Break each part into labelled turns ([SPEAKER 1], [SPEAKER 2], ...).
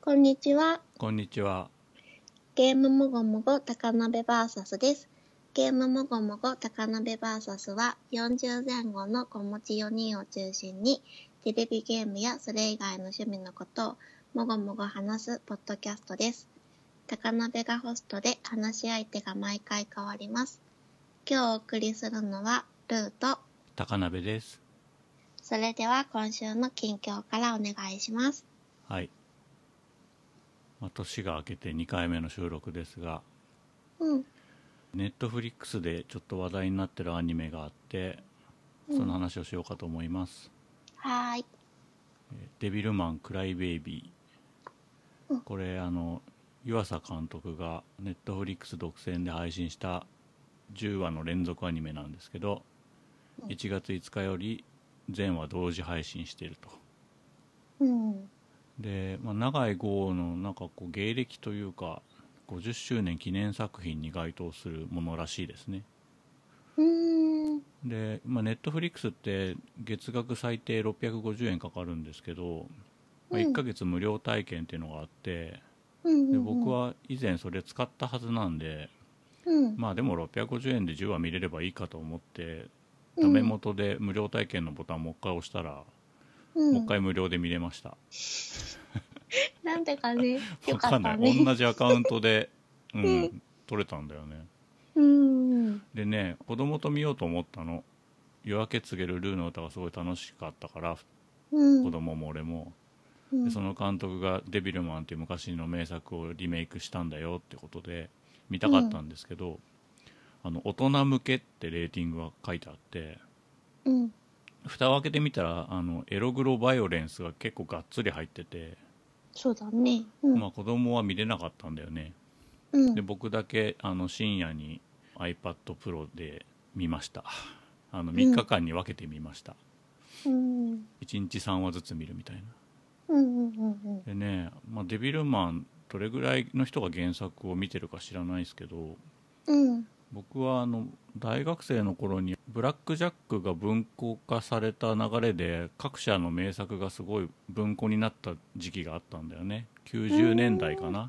[SPEAKER 1] こんにちは。
[SPEAKER 2] こんにちは。
[SPEAKER 1] ゲームもごもご高鍋バーサスです。ゲームもごもご高鍋バーサスは40前後の子持ち4人を中心にテレビゲームやそれ以外の趣味のことをもごもご話すポッドキャストです。高鍋がホストで話し相手が毎回変わります。今日お送りするのはルート。
[SPEAKER 2] 高鍋です。
[SPEAKER 1] それでは今週の近況からお願いします。
[SPEAKER 2] はい。まあ、年が明けて2回目の収録ですが、
[SPEAKER 1] うん。
[SPEAKER 2] ネットフリックスでちょっと話題になってるアニメがあって、その話をしようかと思います。
[SPEAKER 1] はーい。
[SPEAKER 2] えーデビルマン・クライ・ベイビ
[SPEAKER 1] う
[SPEAKER 2] ー
[SPEAKER 1] ん。
[SPEAKER 2] これ、あの、湯浅監督がネットフリックス独占で配信した10話の連続アニメなんですけど、
[SPEAKER 1] うん
[SPEAKER 2] 1月5日より全話同時配信してると。
[SPEAKER 1] うん。
[SPEAKER 2] で、まあ、永井豪のなんかこう芸歴というか50周年記念作品に該当するものらしいですね
[SPEAKER 1] うーん。
[SPEAKER 2] で、まあ、ネットフリックスって月額最低650円かかるんですけど、まあ、
[SPEAKER 1] うん
[SPEAKER 2] 1ヶ月無料体験っていうのがあって
[SPEAKER 1] うんうんうん、
[SPEAKER 2] で僕は以前それ使ったはずなんで、
[SPEAKER 1] うん、
[SPEAKER 2] まあでも650円で10話見れればいいかと思って
[SPEAKER 1] うん
[SPEAKER 2] ダメ元で無料体験のボタンをもう一回押したら、もう一回無料で見れました
[SPEAKER 1] うん、なんてかね、よ
[SPEAKER 2] わ
[SPEAKER 1] か
[SPEAKER 2] か
[SPEAKER 1] っ
[SPEAKER 2] んな
[SPEAKER 1] た
[SPEAKER 2] い、
[SPEAKER 1] ね。
[SPEAKER 2] 同じアカウントで、うん
[SPEAKER 1] うん
[SPEAKER 2] 取れたんだよね
[SPEAKER 1] うんうん、
[SPEAKER 2] でね子供と見ようと思ったの「夜明け告げるルーの歌」がすごい楽しかったから
[SPEAKER 1] うん、
[SPEAKER 2] 子供も俺も、
[SPEAKER 1] うん、
[SPEAKER 2] でその監督が「デビルマン」っていう昔の名作をリメイクしたんだよってことで見たかったんですけど、あの大人向けってレーティングが書いてあって
[SPEAKER 1] うん、
[SPEAKER 2] 蓋を開けてみたらあのエログロバイオレンスが結構がっつり入ってて、
[SPEAKER 1] そうだね。うん、
[SPEAKER 2] まあ、子供は見れなかったんだよね
[SPEAKER 1] うん、
[SPEAKER 2] で僕だけあの深夜に iPadPro で見ましたあの3日間に分けて見ました、
[SPEAKER 1] うん、うん、
[SPEAKER 2] 1日3話ずつ見るみたいな
[SPEAKER 1] うん、うん、
[SPEAKER 2] でね、まあ、デビルマンどれぐらいの人が原作を見てるか知らないですけど
[SPEAKER 1] うん、
[SPEAKER 2] 僕はあの大学生の頃に「ブラック・ジャック」が文庫化された流れで各社の名作がすごい文庫になった時期があったんだよね90年代かな
[SPEAKER 1] うん、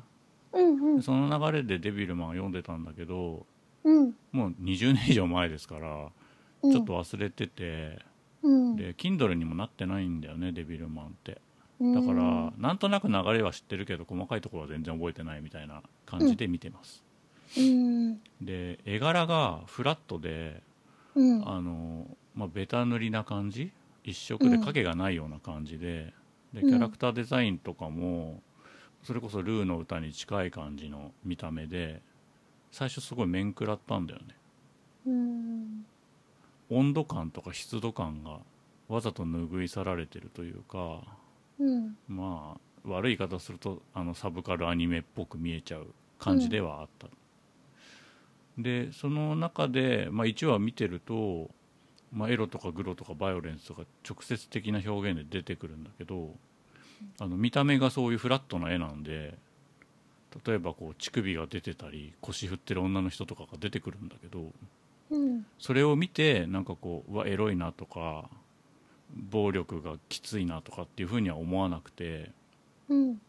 [SPEAKER 1] うん
[SPEAKER 2] で、その流れでデビルマンを読んでたんだけど
[SPEAKER 1] うん、
[SPEAKER 2] もう20年以上前ですから
[SPEAKER 1] うん、
[SPEAKER 2] ちょっと、忘れてて、
[SPEAKER 1] うん、
[SPEAKER 2] で Kindle にもなってないんだよねデビルマンって
[SPEAKER 1] うん、
[SPEAKER 2] だから、なんとなく流れは知ってるけど細かいところは全然覚えてないみたいな感じで見てます、
[SPEAKER 1] うん、
[SPEAKER 2] で絵柄がフラットで
[SPEAKER 1] うん、
[SPEAKER 2] あの、まあ、ベタ塗りな感じ一色で影がないような感じで,、でキャラクターデザインとかもそれこそルーの歌に近い感じの見た目で最初すごい面食らったんだよね
[SPEAKER 1] うん、
[SPEAKER 2] 温度感とか湿度感がわざと拭い去られてるというか
[SPEAKER 1] うん、
[SPEAKER 2] まあ悪い言い方するとあのサブカルアニメっぽく見えちゃう感じではあった、でその中で、まあ、1話見てると、まあ、エロとかグロとかバイオレンスとか直接的な表現で出てくるんだけどあの見た目がそういうフラットな絵なんで例えばこう乳首が出てたり腰振ってる女の人とかが出てくるんだけど、
[SPEAKER 1] うん、
[SPEAKER 2] それを見てなんかこううわエロいなとか暴力がきついなとかっていうふうには思わなくて
[SPEAKER 1] うん、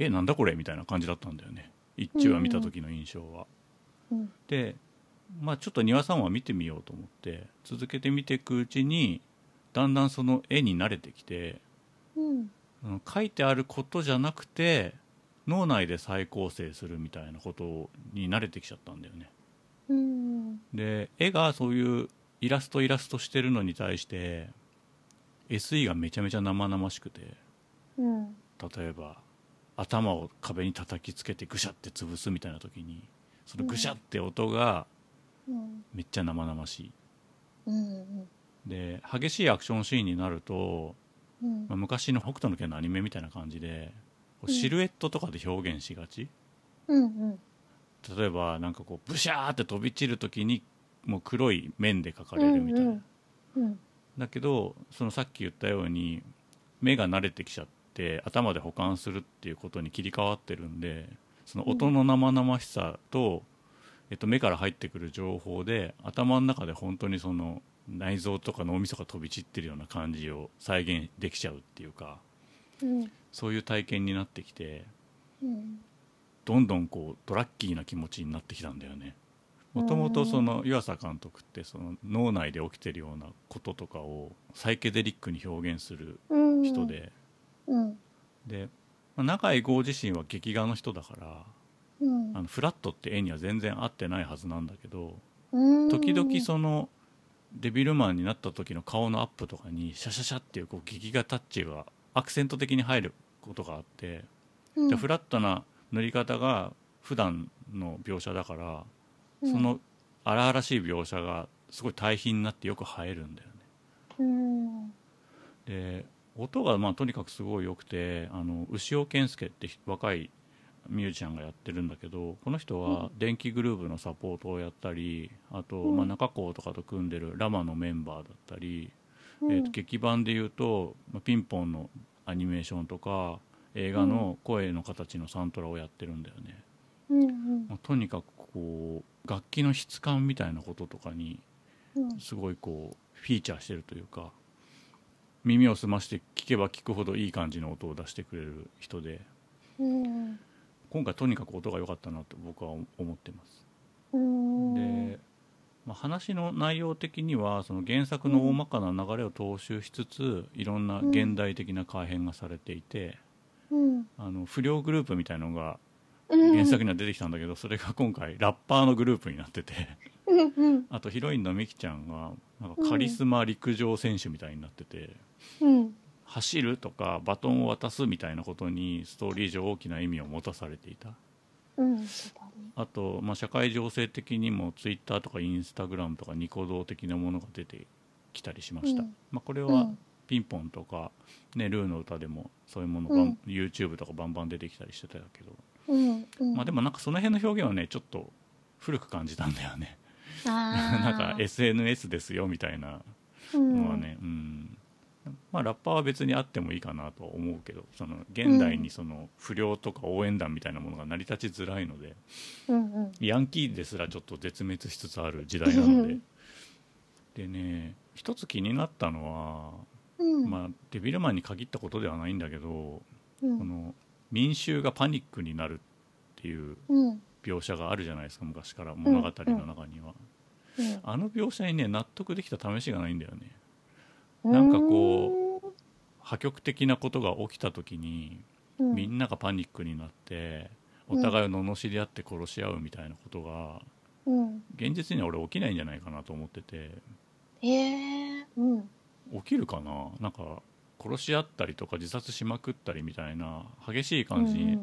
[SPEAKER 2] えなんだこれみたいな感じだったんだよね一中は見た時の印象は、
[SPEAKER 1] うん、
[SPEAKER 2] でまあちょっと庭さんは見てみようと思って続けて見ていくうちにだんだんその絵に慣れてきて
[SPEAKER 1] うん、
[SPEAKER 2] うん書いてあることじゃなくて脳内で再構成するみたいなことに慣れてきちゃったんだよね
[SPEAKER 1] うん、
[SPEAKER 2] で絵がそういうイラストイラストしてるのに対して SE がめちゃめちゃ生々しくて
[SPEAKER 1] うん、
[SPEAKER 2] 例えば頭を壁に叩きつけてぐしゃって潰すみたいな時にそのぐしゃって音が
[SPEAKER 1] うん、
[SPEAKER 2] めっちゃ生々し
[SPEAKER 1] うん、
[SPEAKER 2] いで激しいアクションシーンになると、
[SPEAKER 1] うん
[SPEAKER 2] まあ、、昔の北斗の拳のアニメみたいな感じでこう
[SPEAKER 1] うん
[SPEAKER 2] シルエットとかで表現しがち
[SPEAKER 1] うん、
[SPEAKER 2] 例えばなんかこうブシャーって飛び散る時にもう黒い面で描かれるみたいな
[SPEAKER 1] うん、
[SPEAKER 2] だけどそのさっき言ったように目が慣れてきちゃって頭で保管するっていうことに切り替わってるんでその音の生々しさと、えっと、目から入ってくる情報で頭の中で本当にその内臓とか脳みそが飛び散ってるような感じを再現できちゃうっていうか
[SPEAKER 1] うん、
[SPEAKER 2] そういう体験になってきて
[SPEAKER 1] うん
[SPEAKER 2] どんどんこうドラッキーな気持ちになってきたんだよねもともとその湯浅監督ってその脳内で起きてるようなこととかをサイケデリックに表現する
[SPEAKER 1] うん
[SPEAKER 2] 人で、
[SPEAKER 1] うん
[SPEAKER 2] で、まあ中井豪自身は劇画の人だから
[SPEAKER 1] うん
[SPEAKER 2] あのフラットって絵には全然合ってないはずなんだけど
[SPEAKER 1] うん
[SPEAKER 2] 時々そのデビルマンになった時の顔のアップとかにシャシャシャっていうこう劇画タッチがアクセント的に入ることがあって
[SPEAKER 1] うん
[SPEAKER 2] でフラットな塗り方が普段の描写だから
[SPEAKER 1] うん
[SPEAKER 2] その荒々しい描写がすごい対比になってよく映えるんだよね。
[SPEAKER 1] うん
[SPEAKER 2] で音がまあとにかくすごい良くてあの牛尾健介って若いミュージシャンがやってるんだけどこの人は電気グルーブのサポートをやったりあと、
[SPEAKER 1] うん
[SPEAKER 2] まあ、中高とかと組んでるラマのメンバーだったり、
[SPEAKER 1] うん
[SPEAKER 2] えーと劇版でいうと、まあ、ピンポンのアニメーションとか映画の声の形のサントラをやってるんだよね。
[SPEAKER 1] うんうん
[SPEAKER 2] まあとにかくこう楽器の質感みたいなこととかに
[SPEAKER 1] うん
[SPEAKER 2] すごいこうフィーチャーしてるというか耳を澄まして聞けば聞くほどいい感じの音を出してくれる人で
[SPEAKER 1] うん
[SPEAKER 2] 今回とにかく音が良かったなと僕は思ってます。
[SPEAKER 1] うん
[SPEAKER 2] で、まあ、話の内容的にはその原作の大まかな流れを踏襲しつついろんな現代的な改変がされていて
[SPEAKER 1] うん
[SPEAKER 2] あの不良グループみたいのが
[SPEAKER 1] うん
[SPEAKER 2] 原作には出てきたんだけどそれが今回ラッパーのグループになってて。
[SPEAKER 1] うんうん
[SPEAKER 2] あとヒロインのミキちゃんがなんかカリスマ陸上選手みたいになってて、
[SPEAKER 1] うん
[SPEAKER 2] 走るとかバトンを渡すみたいなことにストーリー上大きな意味を持たされていた
[SPEAKER 1] うんそうだね
[SPEAKER 2] あと、まあ、社会情勢的にもツイッターとかインスタグラムとかニコ動的なものが出てきたりしました、
[SPEAKER 1] うん
[SPEAKER 2] まあ、これ
[SPEAKER 1] う
[SPEAKER 2] は
[SPEAKER 1] ん
[SPEAKER 2] ピンポンとか、ね、ルーの歌でもそういうものが、
[SPEAKER 1] うん
[SPEAKER 2] YouTube とかバンバン出てきたりしてたけど、
[SPEAKER 1] うんうん
[SPEAKER 2] まあ、でもなんかその辺の表現はねちょっと古く感じたんだよね な
[SPEAKER 1] なん
[SPEAKER 2] か SNS ですよみたいなのはね、うんまあ、ラッパーは別にあってもいいかなとは思うけどその現代にその不良とか応援団みたいなものが成り立ちづらいので、
[SPEAKER 1] うんうん
[SPEAKER 2] ヤンキーですらちょっと絶滅しつつある時代なの
[SPEAKER 1] う
[SPEAKER 2] で
[SPEAKER 1] ん。
[SPEAKER 2] でね一つ気になったのは、
[SPEAKER 1] うん
[SPEAKER 2] まあ、デビルマンに限ったことではないんだけど、
[SPEAKER 1] うん
[SPEAKER 2] この民衆がパニックになるっていう
[SPEAKER 1] うん
[SPEAKER 2] 描写があるじゃないですか昔から物語の中には、
[SPEAKER 1] うん
[SPEAKER 2] あの描写にね納得できた試しがないんだよねなんかこ破局的なことが起きた時に
[SPEAKER 1] う
[SPEAKER 2] みんながパニックになってお互いを罵り合って殺し合うみたいなことが
[SPEAKER 1] うん
[SPEAKER 2] 現実には俺起きないんじゃないかなと思ってて
[SPEAKER 1] へえうん
[SPEAKER 2] 起きるかななんか殺し合ったりとか自殺しまくったりみたいな激しい感じに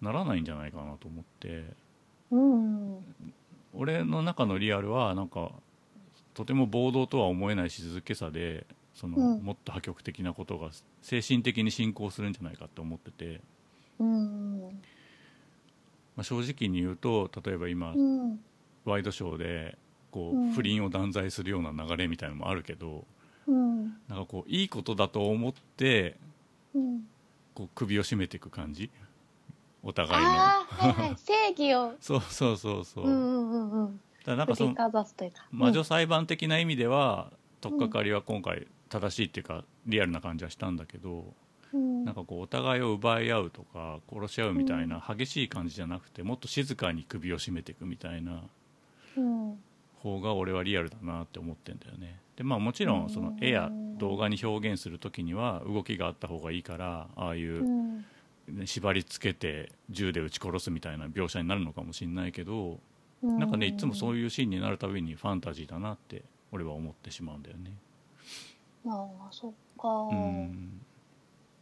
[SPEAKER 2] ならないんじゃないかなと思って
[SPEAKER 1] うんうん
[SPEAKER 2] 俺の中のリアルはなんかとても暴動とは思えない静けさでその
[SPEAKER 1] うん
[SPEAKER 2] もっと破局的なことが精神的に進行するんじゃないかって思ってて。
[SPEAKER 1] うん
[SPEAKER 2] まあ、正直に言うと例えば今、
[SPEAKER 1] うん
[SPEAKER 2] ワイドショーでこう、
[SPEAKER 1] うん
[SPEAKER 2] 不倫を断罪するような流れみたいなのもあるけど
[SPEAKER 1] うん
[SPEAKER 2] なんかこういいことだと思って
[SPEAKER 1] うん
[SPEAKER 2] こう首を絞めていく感じお互いの
[SPEAKER 1] ああはいはい正義を
[SPEAKER 2] そうそうそうそう、
[SPEAKER 1] うんうんうんうん
[SPEAKER 2] ただなんか
[SPEAKER 1] 振
[SPEAKER 2] そ
[SPEAKER 1] り
[SPEAKER 2] の
[SPEAKER 1] かざすというか
[SPEAKER 2] 魔女裁判的な意味では取っ
[SPEAKER 1] ん
[SPEAKER 2] かかりは今回正しいっていうかリアルな感じはしたんだけど、
[SPEAKER 1] うん
[SPEAKER 2] なんかこうお互いを奪い合うとか殺し合うみたいな激しい感じじゃなくてもっと静かに首を絞めていくみたいな
[SPEAKER 1] うん
[SPEAKER 2] 方が俺はリアルだなって思ってんだよねでまあもちろんその絵や動画に表現する時には動きがあった方がいいからああいううんね縛りつけて銃で撃ち殺すみたいな描写になるのかもしれないけど
[SPEAKER 1] う
[SPEAKER 2] なんかねいつもそう
[SPEAKER 1] いう
[SPEAKER 2] いうシーンになるたびにファンタジーだなって俺は思ってしまうんだよね
[SPEAKER 1] ああそっか
[SPEAKER 2] うん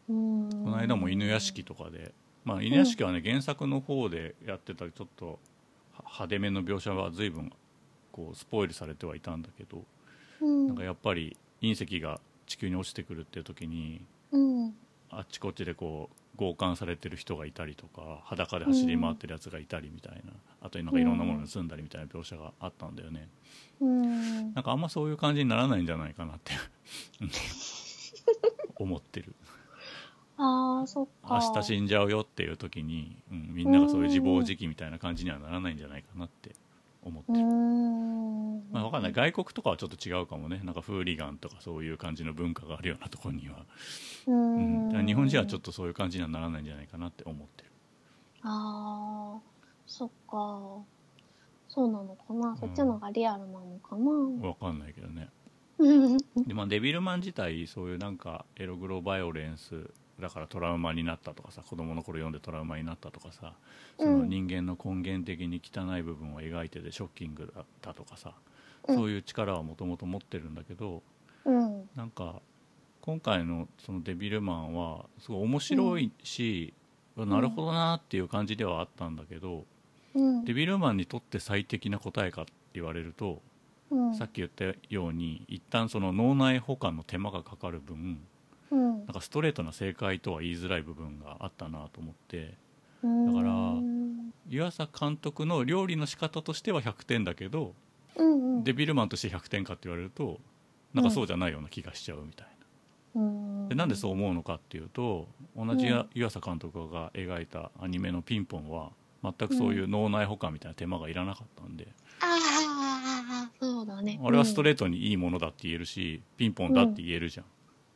[SPEAKER 1] うん
[SPEAKER 2] この間も犬屋敷とかでまあ犬屋敷はね原作の方でやってたちょっとは派手めの描写は随分こうスポイルされてはいたんだけど
[SPEAKER 1] うん
[SPEAKER 2] なんかやっぱり隕石が地球に落ちてくるっていう時に
[SPEAKER 1] うん
[SPEAKER 2] あっちこっちでこう強姦されてる人がいたりとか裸で走り回ってるやつがいたりみたいな、あとなんかいろんなものを盗んだりみたいな描写があったんだよね
[SPEAKER 1] うん
[SPEAKER 2] なんかあんまそういう感じにならないんじゃないかなって うん思ってる
[SPEAKER 1] ああそっか
[SPEAKER 2] 明日死んじゃうよっていう時に、うん、みんながそういう自暴自棄みたいな感じにはならないんじゃないかなって思って
[SPEAKER 1] う
[SPEAKER 2] る、
[SPEAKER 1] ん
[SPEAKER 2] まあ、分かんない外国とかはちょっと違うかもねなんかフーリガンとかそういう感じの文化があるようなところには
[SPEAKER 1] う
[SPEAKER 2] うん
[SPEAKER 1] ん
[SPEAKER 2] 日本人はちょ
[SPEAKER 1] っ
[SPEAKER 2] っとそういう感じにはならないんじゃないかなって思ってる
[SPEAKER 1] あー、そっか。そうなのかな。そっちのがリアルなのかな。
[SPEAKER 2] わかんないけどね
[SPEAKER 1] うん。
[SPEAKER 2] で、まあ、デビルマン自体そういうなんかエログロバイオレンスだからトラウマになったとかさ子供の頃読んでトラウマになったとかさその
[SPEAKER 1] うん
[SPEAKER 2] 人間の根源的に汚い部分を描いててショッキングだったとかさ
[SPEAKER 1] うん
[SPEAKER 2] そういう力はもともと持ってるんだけど
[SPEAKER 1] うん。
[SPEAKER 2] なんか今回のそのデビルマンはすごい面白いし、なるほどなっていう感じではあったんだけど、
[SPEAKER 1] うん。
[SPEAKER 2] デビルマンにとって最適な答えかって言われると、
[SPEAKER 1] うん。
[SPEAKER 2] さっき言ったように一旦その脳内保管の手間がかかる分
[SPEAKER 1] うん
[SPEAKER 2] なんかストレートな正解とは言いづらい部分があったなと思って
[SPEAKER 1] うん。
[SPEAKER 2] だから
[SPEAKER 1] うん。
[SPEAKER 2] 湯浅監督の料理の仕方としては100点だけど、
[SPEAKER 1] うん。
[SPEAKER 2] デビルマンとして100点かって言われるとなんかそうじゃないような気がしちゃうみたいな。
[SPEAKER 1] うん。
[SPEAKER 2] でなんでそう
[SPEAKER 1] う
[SPEAKER 2] 思うのかっていうと同じや湯浅監督が描いたアニメの「ピンポン」は全くそういう脳内保管みたいな手間がいらなかったんで、
[SPEAKER 1] ああ、そうだね。
[SPEAKER 2] あれはスト
[SPEAKER 1] レ
[SPEAKER 2] レートにいいものだって言えるしピンポンだって言えるじゃん、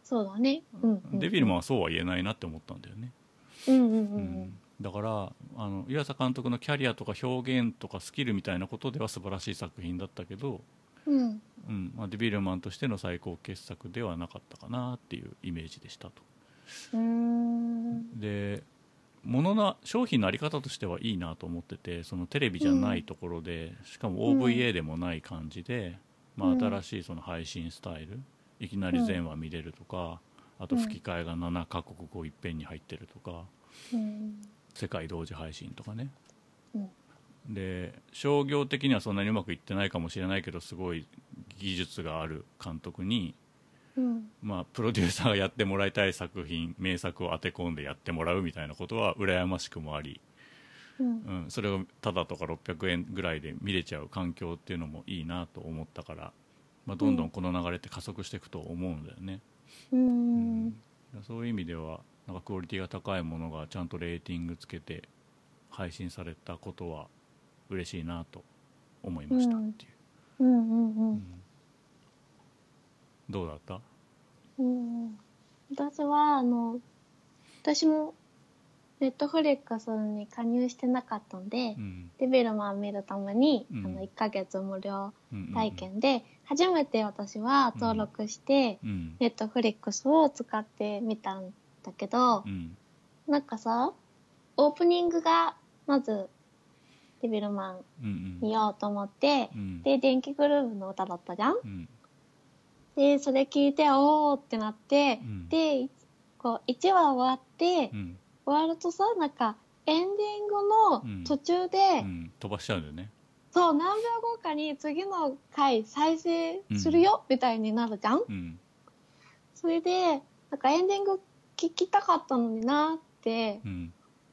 [SPEAKER 1] そうだね。うんうん。
[SPEAKER 2] デビルマンはそうは言えないなって思ったんだよね、
[SPEAKER 1] うんうん
[SPEAKER 2] う
[SPEAKER 1] うんん。
[SPEAKER 2] だからあの湯浅監督のキャリアとか表現とかスキルみたいなことでは素晴らしい作品だったけど、
[SPEAKER 1] うん。
[SPEAKER 2] うんまあ、デビルマンとしての最高傑作ではなかったかなっていうイメージでしたと。
[SPEAKER 1] うーん。
[SPEAKER 2] で物の商品のあり方としてはいいなと思っててそのテレビじゃないところで、しかも OVA でもない感じで、
[SPEAKER 1] う
[SPEAKER 2] まあ、
[SPEAKER 1] ん
[SPEAKER 2] 新しいその配信スタイルいきなり全話見れるとか、あと
[SPEAKER 1] うん
[SPEAKER 2] 吹き替えが7カ国語いっぺんに入ってるとか
[SPEAKER 1] うん。
[SPEAKER 2] 世界同時配信とかね
[SPEAKER 1] うん。
[SPEAKER 2] で商業的にはそんなにうまくいってないかもしれないけどすごい技術がある監督に、
[SPEAKER 1] うん。
[SPEAKER 2] まあ、プロデューサーがやってもらいたい作品名作を当て込んでやってもらうみたいなことは羨ましくもあり
[SPEAKER 1] うん。
[SPEAKER 2] うん、それをただとか600円ぐらいで見れちゃう環境っていうのもいいなと思ったから、まあ、どんどんこの流れって加速していくと思うんだよね、
[SPEAKER 1] う。
[SPEAKER 2] うんそういう意味ではなんかクオリティが高いものがちゃんとレーティングつけて配信されたことは嬉しいなと思いましたっていう、
[SPEAKER 1] うんうんうん。
[SPEAKER 2] うんどうだった
[SPEAKER 1] うん、私は、あの、私も、ネットフレックスに加入してなかったんで、
[SPEAKER 2] うん
[SPEAKER 1] デビルマン見るために、
[SPEAKER 2] うん
[SPEAKER 1] あの、1ヶ月無料
[SPEAKER 2] うんうんうん
[SPEAKER 1] 体験で、初めて私は登録して、
[SPEAKER 2] うん
[SPEAKER 1] ネットフレックスを使ってみたんだけど
[SPEAKER 2] う、ん
[SPEAKER 1] なんかさ、オープニングが、まず、デビルマン
[SPEAKER 2] うんうん
[SPEAKER 1] 見ようと思って、
[SPEAKER 2] うん
[SPEAKER 1] で、電気グルーヴの歌だったじゃん
[SPEAKER 2] うん
[SPEAKER 1] で、それ聞いて、おーってなって、
[SPEAKER 2] うん
[SPEAKER 1] で、こう、1話終わって、
[SPEAKER 2] うん
[SPEAKER 1] 終わるとさ、なんか、エンディング
[SPEAKER 2] うん
[SPEAKER 1] の途中で、
[SPEAKER 2] うん飛ばしちゃうんだよね
[SPEAKER 1] そう、何秒後かに次の回再生するよ、みたいになるじゃん
[SPEAKER 2] うん
[SPEAKER 1] それで、なんかエンディング聞きたかったのになって
[SPEAKER 2] うん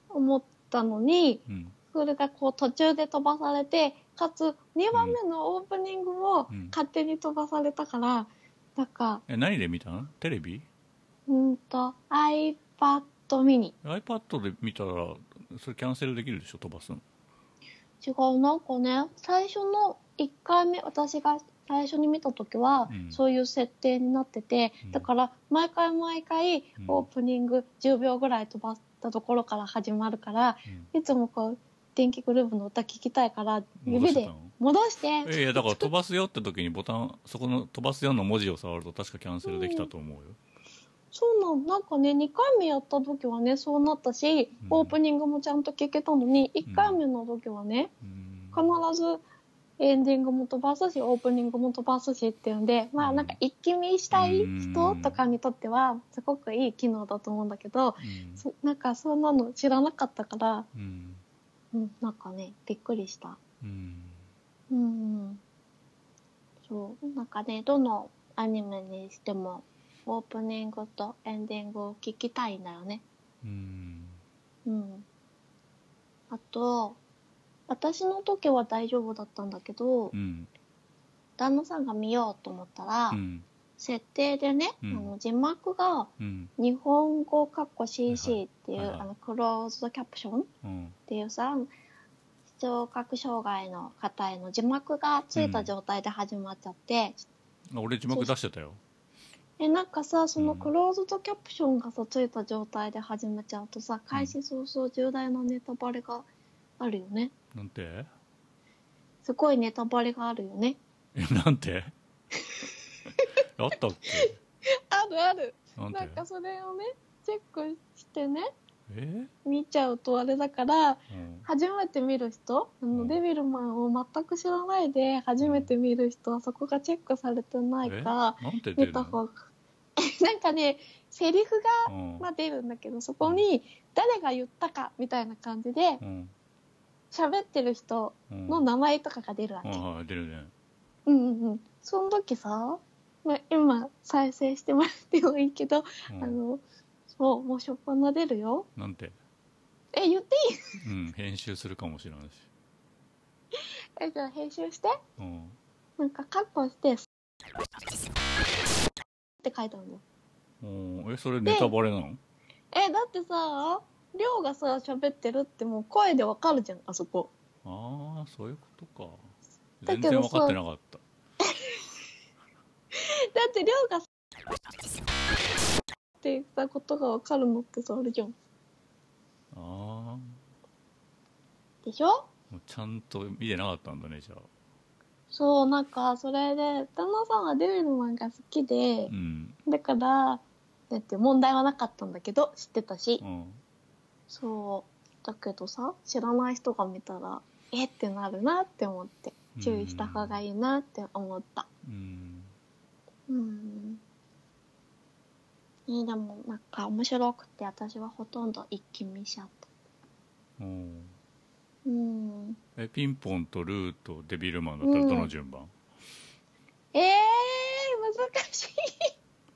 [SPEAKER 1] 思ったのに、
[SPEAKER 2] うん
[SPEAKER 1] それがこう途中で飛ばされて、かつ2番目のオープニングを
[SPEAKER 2] うん
[SPEAKER 1] 勝手に飛ばされたから、なんか、
[SPEAKER 2] え何で見たのテレビ
[SPEAKER 1] うーんと、iPad mini。
[SPEAKER 2] iPad で見たらそれキャンセルできるでしょ飛ばすの
[SPEAKER 1] 違う、なんかね、最初の1回目、私が最初に見た時は、
[SPEAKER 2] うん
[SPEAKER 1] そういう設定になってて、
[SPEAKER 2] うん
[SPEAKER 1] だから、毎回毎回
[SPEAKER 2] うん、
[SPEAKER 1] オープニング10秒ぐらい飛ばしたところから始まるから、いつもこう、電気グループの歌聞きたいから、
[SPEAKER 2] 戻
[SPEAKER 1] 指
[SPEAKER 2] して
[SPEAKER 1] で
[SPEAKER 2] たの
[SPEAKER 1] 戻して、
[SPEAKER 2] いやいやだから飛ばすよって時にボタンそこの飛ばすよの文字を触ると確かキャンセルできたと思うよ、
[SPEAKER 1] そうなん、なんかね、2回目やった時はね、そうなったし
[SPEAKER 2] うん、
[SPEAKER 1] オープニングもちゃんと聞けたのに、1回目の時はね、
[SPEAKER 2] うん
[SPEAKER 1] 必ずエンディングも飛ばすしオープニングも飛ばすしっていうんでま
[SPEAKER 2] う
[SPEAKER 1] あ
[SPEAKER 2] ん
[SPEAKER 1] なんか一気見したい
[SPEAKER 2] う
[SPEAKER 1] 人
[SPEAKER 2] ん
[SPEAKER 1] とかにとってはすごくいい機能だと思うんだけど
[SPEAKER 2] うん
[SPEAKER 1] そなんかそんなの知らなかったから、
[SPEAKER 2] うん
[SPEAKER 1] うん、なんかねびっくりした。
[SPEAKER 2] うん
[SPEAKER 1] うんそうなんかねどのアニメにしてもオープニングとエンディングを聞きたいんだよね。
[SPEAKER 2] うん
[SPEAKER 1] うん、あと私の時は大丈夫だったんだけど、
[SPEAKER 2] うん
[SPEAKER 1] 旦那さんが見ようと思ったら、
[SPEAKER 2] うん
[SPEAKER 1] 設定でね、
[SPEAKER 2] うん
[SPEAKER 1] あの字幕が
[SPEAKER 2] うん
[SPEAKER 1] 日本語かっこ CC っていう、
[SPEAKER 2] はいはい
[SPEAKER 1] あのクローズドキャプションっ
[SPEAKER 2] うん
[SPEAKER 1] ていうさ聴覚障害の方への字幕がついた状態で始まっちゃって、
[SPEAKER 2] あ俺字幕出してたよ
[SPEAKER 1] え、なんかさ、その
[SPEAKER 2] うん
[SPEAKER 1] クローズドキャプションがさ、ついた状態で始めちゃうとさ、開始早々重大なネタバレがあるよね。
[SPEAKER 2] なんて
[SPEAKER 1] すごいネタバレがあるよね。
[SPEAKER 2] えなんて あったっけ
[SPEAKER 1] あるある。
[SPEAKER 2] なんて
[SPEAKER 1] なんかそれをね、チェックしてね、
[SPEAKER 2] え、
[SPEAKER 1] 見ちゃうとあれだから、
[SPEAKER 2] うん、
[SPEAKER 1] 初めて見る人、あ
[SPEAKER 2] う
[SPEAKER 1] の
[SPEAKER 2] ん
[SPEAKER 1] デビルマンを全く知らないで初めて見る人はそこがチェックされてない
[SPEAKER 2] え
[SPEAKER 1] か
[SPEAKER 2] なんて出
[SPEAKER 1] 見
[SPEAKER 2] る
[SPEAKER 1] た
[SPEAKER 2] の
[SPEAKER 1] 方が なんかねセリフ
[SPEAKER 2] う
[SPEAKER 1] が
[SPEAKER 2] ん
[SPEAKER 1] まあ出るんだけどそこに誰が言ったかみたいな感じで
[SPEAKER 2] うん
[SPEAKER 1] 喋ってる人
[SPEAKER 2] うん
[SPEAKER 1] の名前とかが出るわけ、
[SPEAKER 2] はいはい出るね
[SPEAKER 1] うんうんうんその時さ、まあ、今再生してもらってもいいけど、
[SPEAKER 2] うん
[SPEAKER 1] あのそうもうしょっぱな出るよ
[SPEAKER 2] なんて
[SPEAKER 1] え言っていい
[SPEAKER 2] うん編集するかもしれないし
[SPEAKER 1] えじゃあ編集して
[SPEAKER 2] うん
[SPEAKER 1] なんかカッコして、って書いたんだよ。
[SPEAKER 2] うんえそれネタバレなの
[SPEAKER 1] え、だってさ、りょうがさ、喋ってるってもう声でわかるじゃん、あそこ。
[SPEAKER 2] ああそういうことか
[SPEAKER 1] だ
[SPEAKER 2] 全
[SPEAKER 1] けどさ
[SPEAKER 2] 然分かってなかった
[SPEAKER 1] だってりょうがさ、って言ったことがわかるのってさ、あるじゃん。
[SPEAKER 2] ああ
[SPEAKER 1] でしょ
[SPEAKER 2] もうちゃんと見てなかったんだねじゃあ
[SPEAKER 1] そう、なんか、それで、旦那さんはデビルマンが好きで
[SPEAKER 2] う、ん
[SPEAKER 1] だから、だって問題はなかったんだけど、知ってたし
[SPEAKER 2] う。ん
[SPEAKER 1] そう。だけどさ、知らない人が見たら、えってなるなって思って。注意した方がい
[SPEAKER 2] い
[SPEAKER 1] いなって思った。
[SPEAKER 2] うん
[SPEAKER 1] うん。ね、でもなんか面白くて私はほとんど一気見しちゃった。
[SPEAKER 2] うん
[SPEAKER 1] うん。
[SPEAKER 2] えピンポンとルーとデビルマンだったらどの順番、
[SPEAKER 1] ええー、難しい。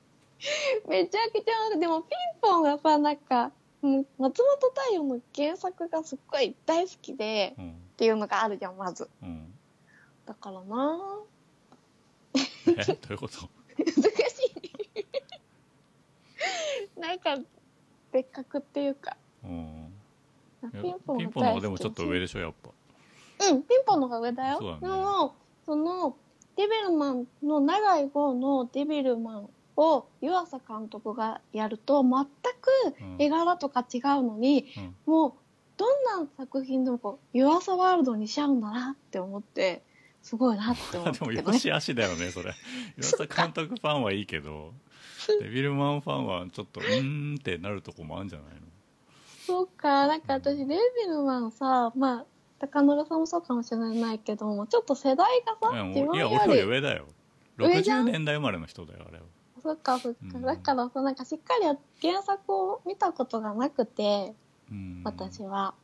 [SPEAKER 1] めちゃくちゃ、でもピンポンはさ、なんか、うん松本太陽の原作がすっごい大好きで、っ
[SPEAKER 2] うん
[SPEAKER 1] ていうのがあるじゃん、まず。
[SPEAKER 2] うん、
[SPEAKER 1] だからな
[SPEAKER 2] えどういうこと
[SPEAKER 1] 難しい。 なんか、別格っていうか。
[SPEAKER 2] うんいや
[SPEAKER 1] ピンポン
[SPEAKER 2] ピ
[SPEAKER 1] が
[SPEAKER 2] ンポンの
[SPEAKER 1] 大
[SPEAKER 2] 方がで
[SPEAKER 1] 好
[SPEAKER 2] も
[SPEAKER 1] き
[SPEAKER 2] ちょっと上でしょやっぱ
[SPEAKER 1] うん、ピンポンの方が上だよ。
[SPEAKER 2] そうだね
[SPEAKER 1] でも、その、デビルマンの長い号のデビルマンを湯浅監督がやると、全
[SPEAKER 2] うん
[SPEAKER 1] く絵柄とか違うのに、
[SPEAKER 2] うん
[SPEAKER 1] もう、どんな作品でもこう、湯浅ワールドにしちゃうんだなって思って、すごいなって思
[SPEAKER 2] あ
[SPEAKER 1] っ
[SPEAKER 2] で
[SPEAKER 1] た
[SPEAKER 2] も
[SPEAKER 1] け
[SPEAKER 2] よ
[SPEAKER 1] どね。
[SPEAKER 2] しあしだよねそれ岩
[SPEAKER 1] そ
[SPEAKER 2] 佐監督ファンはいいけど デビルマンファンはちょっとうーんってなるとこもあるんじゃないの
[SPEAKER 1] そうか、なんか私、デビルマンさ、まあ、高村さんもそうかもしれないけども、ちょっと世代が
[SPEAKER 2] い
[SPEAKER 1] さ、
[SPEAKER 2] やもう
[SPEAKER 1] 自分
[SPEAKER 2] いや
[SPEAKER 1] よ
[SPEAKER 2] 俺より
[SPEAKER 1] り、
[SPEAKER 2] 上だよ
[SPEAKER 1] 上じゃ
[SPEAKER 2] 60
[SPEAKER 1] ん
[SPEAKER 2] 年代生まれの人だよあれは
[SPEAKER 1] そっかそっか、
[SPEAKER 2] うん
[SPEAKER 1] だからさなんかしっかり原作を見たことがなくて
[SPEAKER 2] うん
[SPEAKER 1] 私は、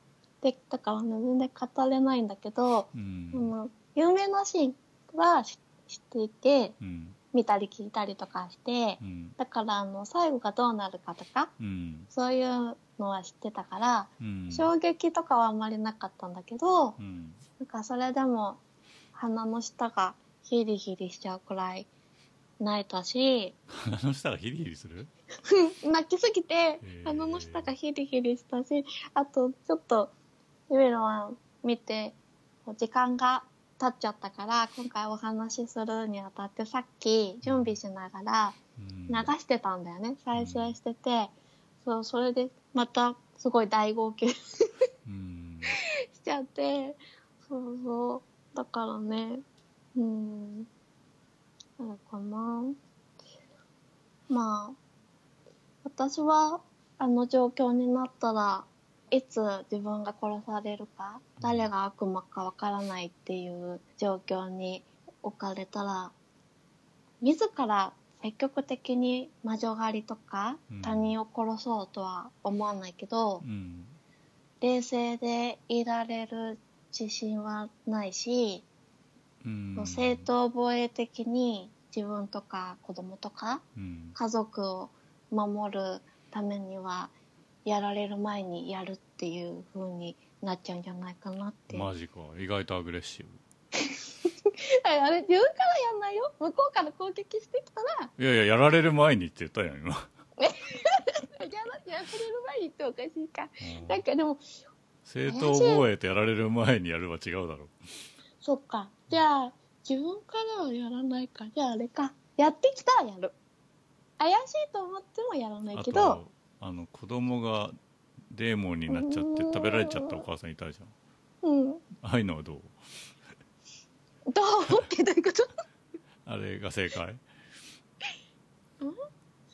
[SPEAKER 1] でだからね全然語れないんだけど、
[SPEAKER 2] うん
[SPEAKER 1] あの有名なシーンはし知っていて
[SPEAKER 2] うん
[SPEAKER 1] 見たり聞いたりとかして
[SPEAKER 2] うん
[SPEAKER 1] だからあの最後がどうなるかとか
[SPEAKER 2] うん
[SPEAKER 1] そういうのは知ってたから、
[SPEAKER 2] うん
[SPEAKER 1] 衝撃とかはあんまりなかったんだけど、
[SPEAKER 2] うん
[SPEAKER 1] なんかそれでも鼻の下がヒリヒリしちゃうくらい泣いたし
[SPEAKER 2] 鼻の下がヒリヒリする
[SPEAKER 1] うん泣きすぎて
[SPEAKER 2] ー
[SPEAKER 1] 鼻の下がヒリヒリしたしあとちょっとユベロは見てこう時間が経っちゃったから今回お話しするにあたってさっき準備しながら
[SPEAKER 2] うん
[SPEAKER 1] 流してたんだよね再生しててそうそれでまたすごい大号泣し
[SPEAKER 2] うん
[SPEAKER 1] ちゃってそうそうだからねうんあれかなまあ私はあの状況になったらいつ自分が殺されるか
[SPEAKER 2] うん
[SPEAKER 1] 誰が悪魔かわからないっていう状況に置かれたら自ら積極的に魔女狩りとか
[SPEAKER 2] うん
[SPEAKER 1] 他人を殺そうとは思わないけど、
[SPEAKER 2] うん
[SPEAKER 1] 冷静でいられる自信はないし、
[SPEAKER 2] うん
[SPEAKER 1] もう正当防衛的に自分とか子供とか
[SPEAKER 2] うん
[SPEAKER 1] 家族を守るためにはやられる前にやるっていう風になっちゃうんじゃないかなって。
[SPEAKER 2] マジか意外とアグレッシ
[SPEAKER 1] はいあれ自分からやんないよ。向こうから攻撃してきたら、
[SPEAKER 2] ブいやいややられる前にって言ったよ 今
[SPEAKER 1] やらやられる前にっておかしいか。なんかでも、
[SPEAKER 2] 正当防衛とやられる前にやるは違うだろ
[SPEAKER 1] そっか。じゃあ、自分からはやらないか。じゃああれか。やってきたらやる。怪しいと思ってもやらない
[SPEAKER 2] あ
[SPEAKER 1] け
[SPEAKER 2] と
[SPEAKER 1] ど、
[SPEAKER 2] あの子供がデーモンになっちゃって食べられちゃったお母さんいたじゃん
[SPEAKER 1] うん。
[SPEAKER 2] ああいうのはどう
[SPEAKER 1] どうってどういうこと
[SPEAKER 2] あれが正解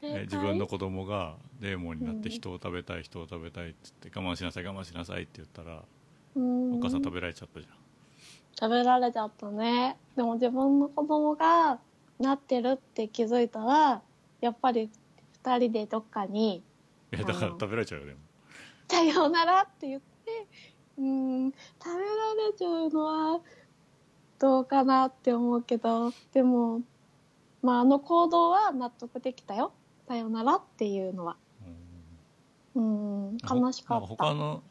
[SPEAKER 1] 正
[SPEAKER 2] え
[SPEAKER 1] 解
[SPEAKER 2] 自分の子供がデーモンになっ
[SPEAKER 1] う
[SPEAKER 2] て
[SPEAKER 1] ん
[SPEAKER 2] 人を食べたい人を食べたいっつって我慢しなさい我慢しなさいって言ったら
[SPEAKER 1] うん
[SPEAKER 2] お母さん食べられちゃったじゃん
[SPEAKER 1] 食べられちゃったねでも自分の子供がなってるって気づいたらやっぱり2人でどっかに
[SPEAKER 2] いやだから
[SPEAKER 1] うん
[SPEAKER 2] 食べられちゃうよでも
[SPEAKER 1] 「さようなら」って言ってうん食べられちゃうのはどうかなって思うけどでもまああの行動は納得できたよ「さようなら」っていうのは
[SPEAKER 2] うん
[SPEAKER 1] うん悲しか
[SPEAKER 2] ほ
[SPEAKER 1] っ
[SPEAKER 2] 他
[SPEAKER 1] た
[SPEAKER 2] の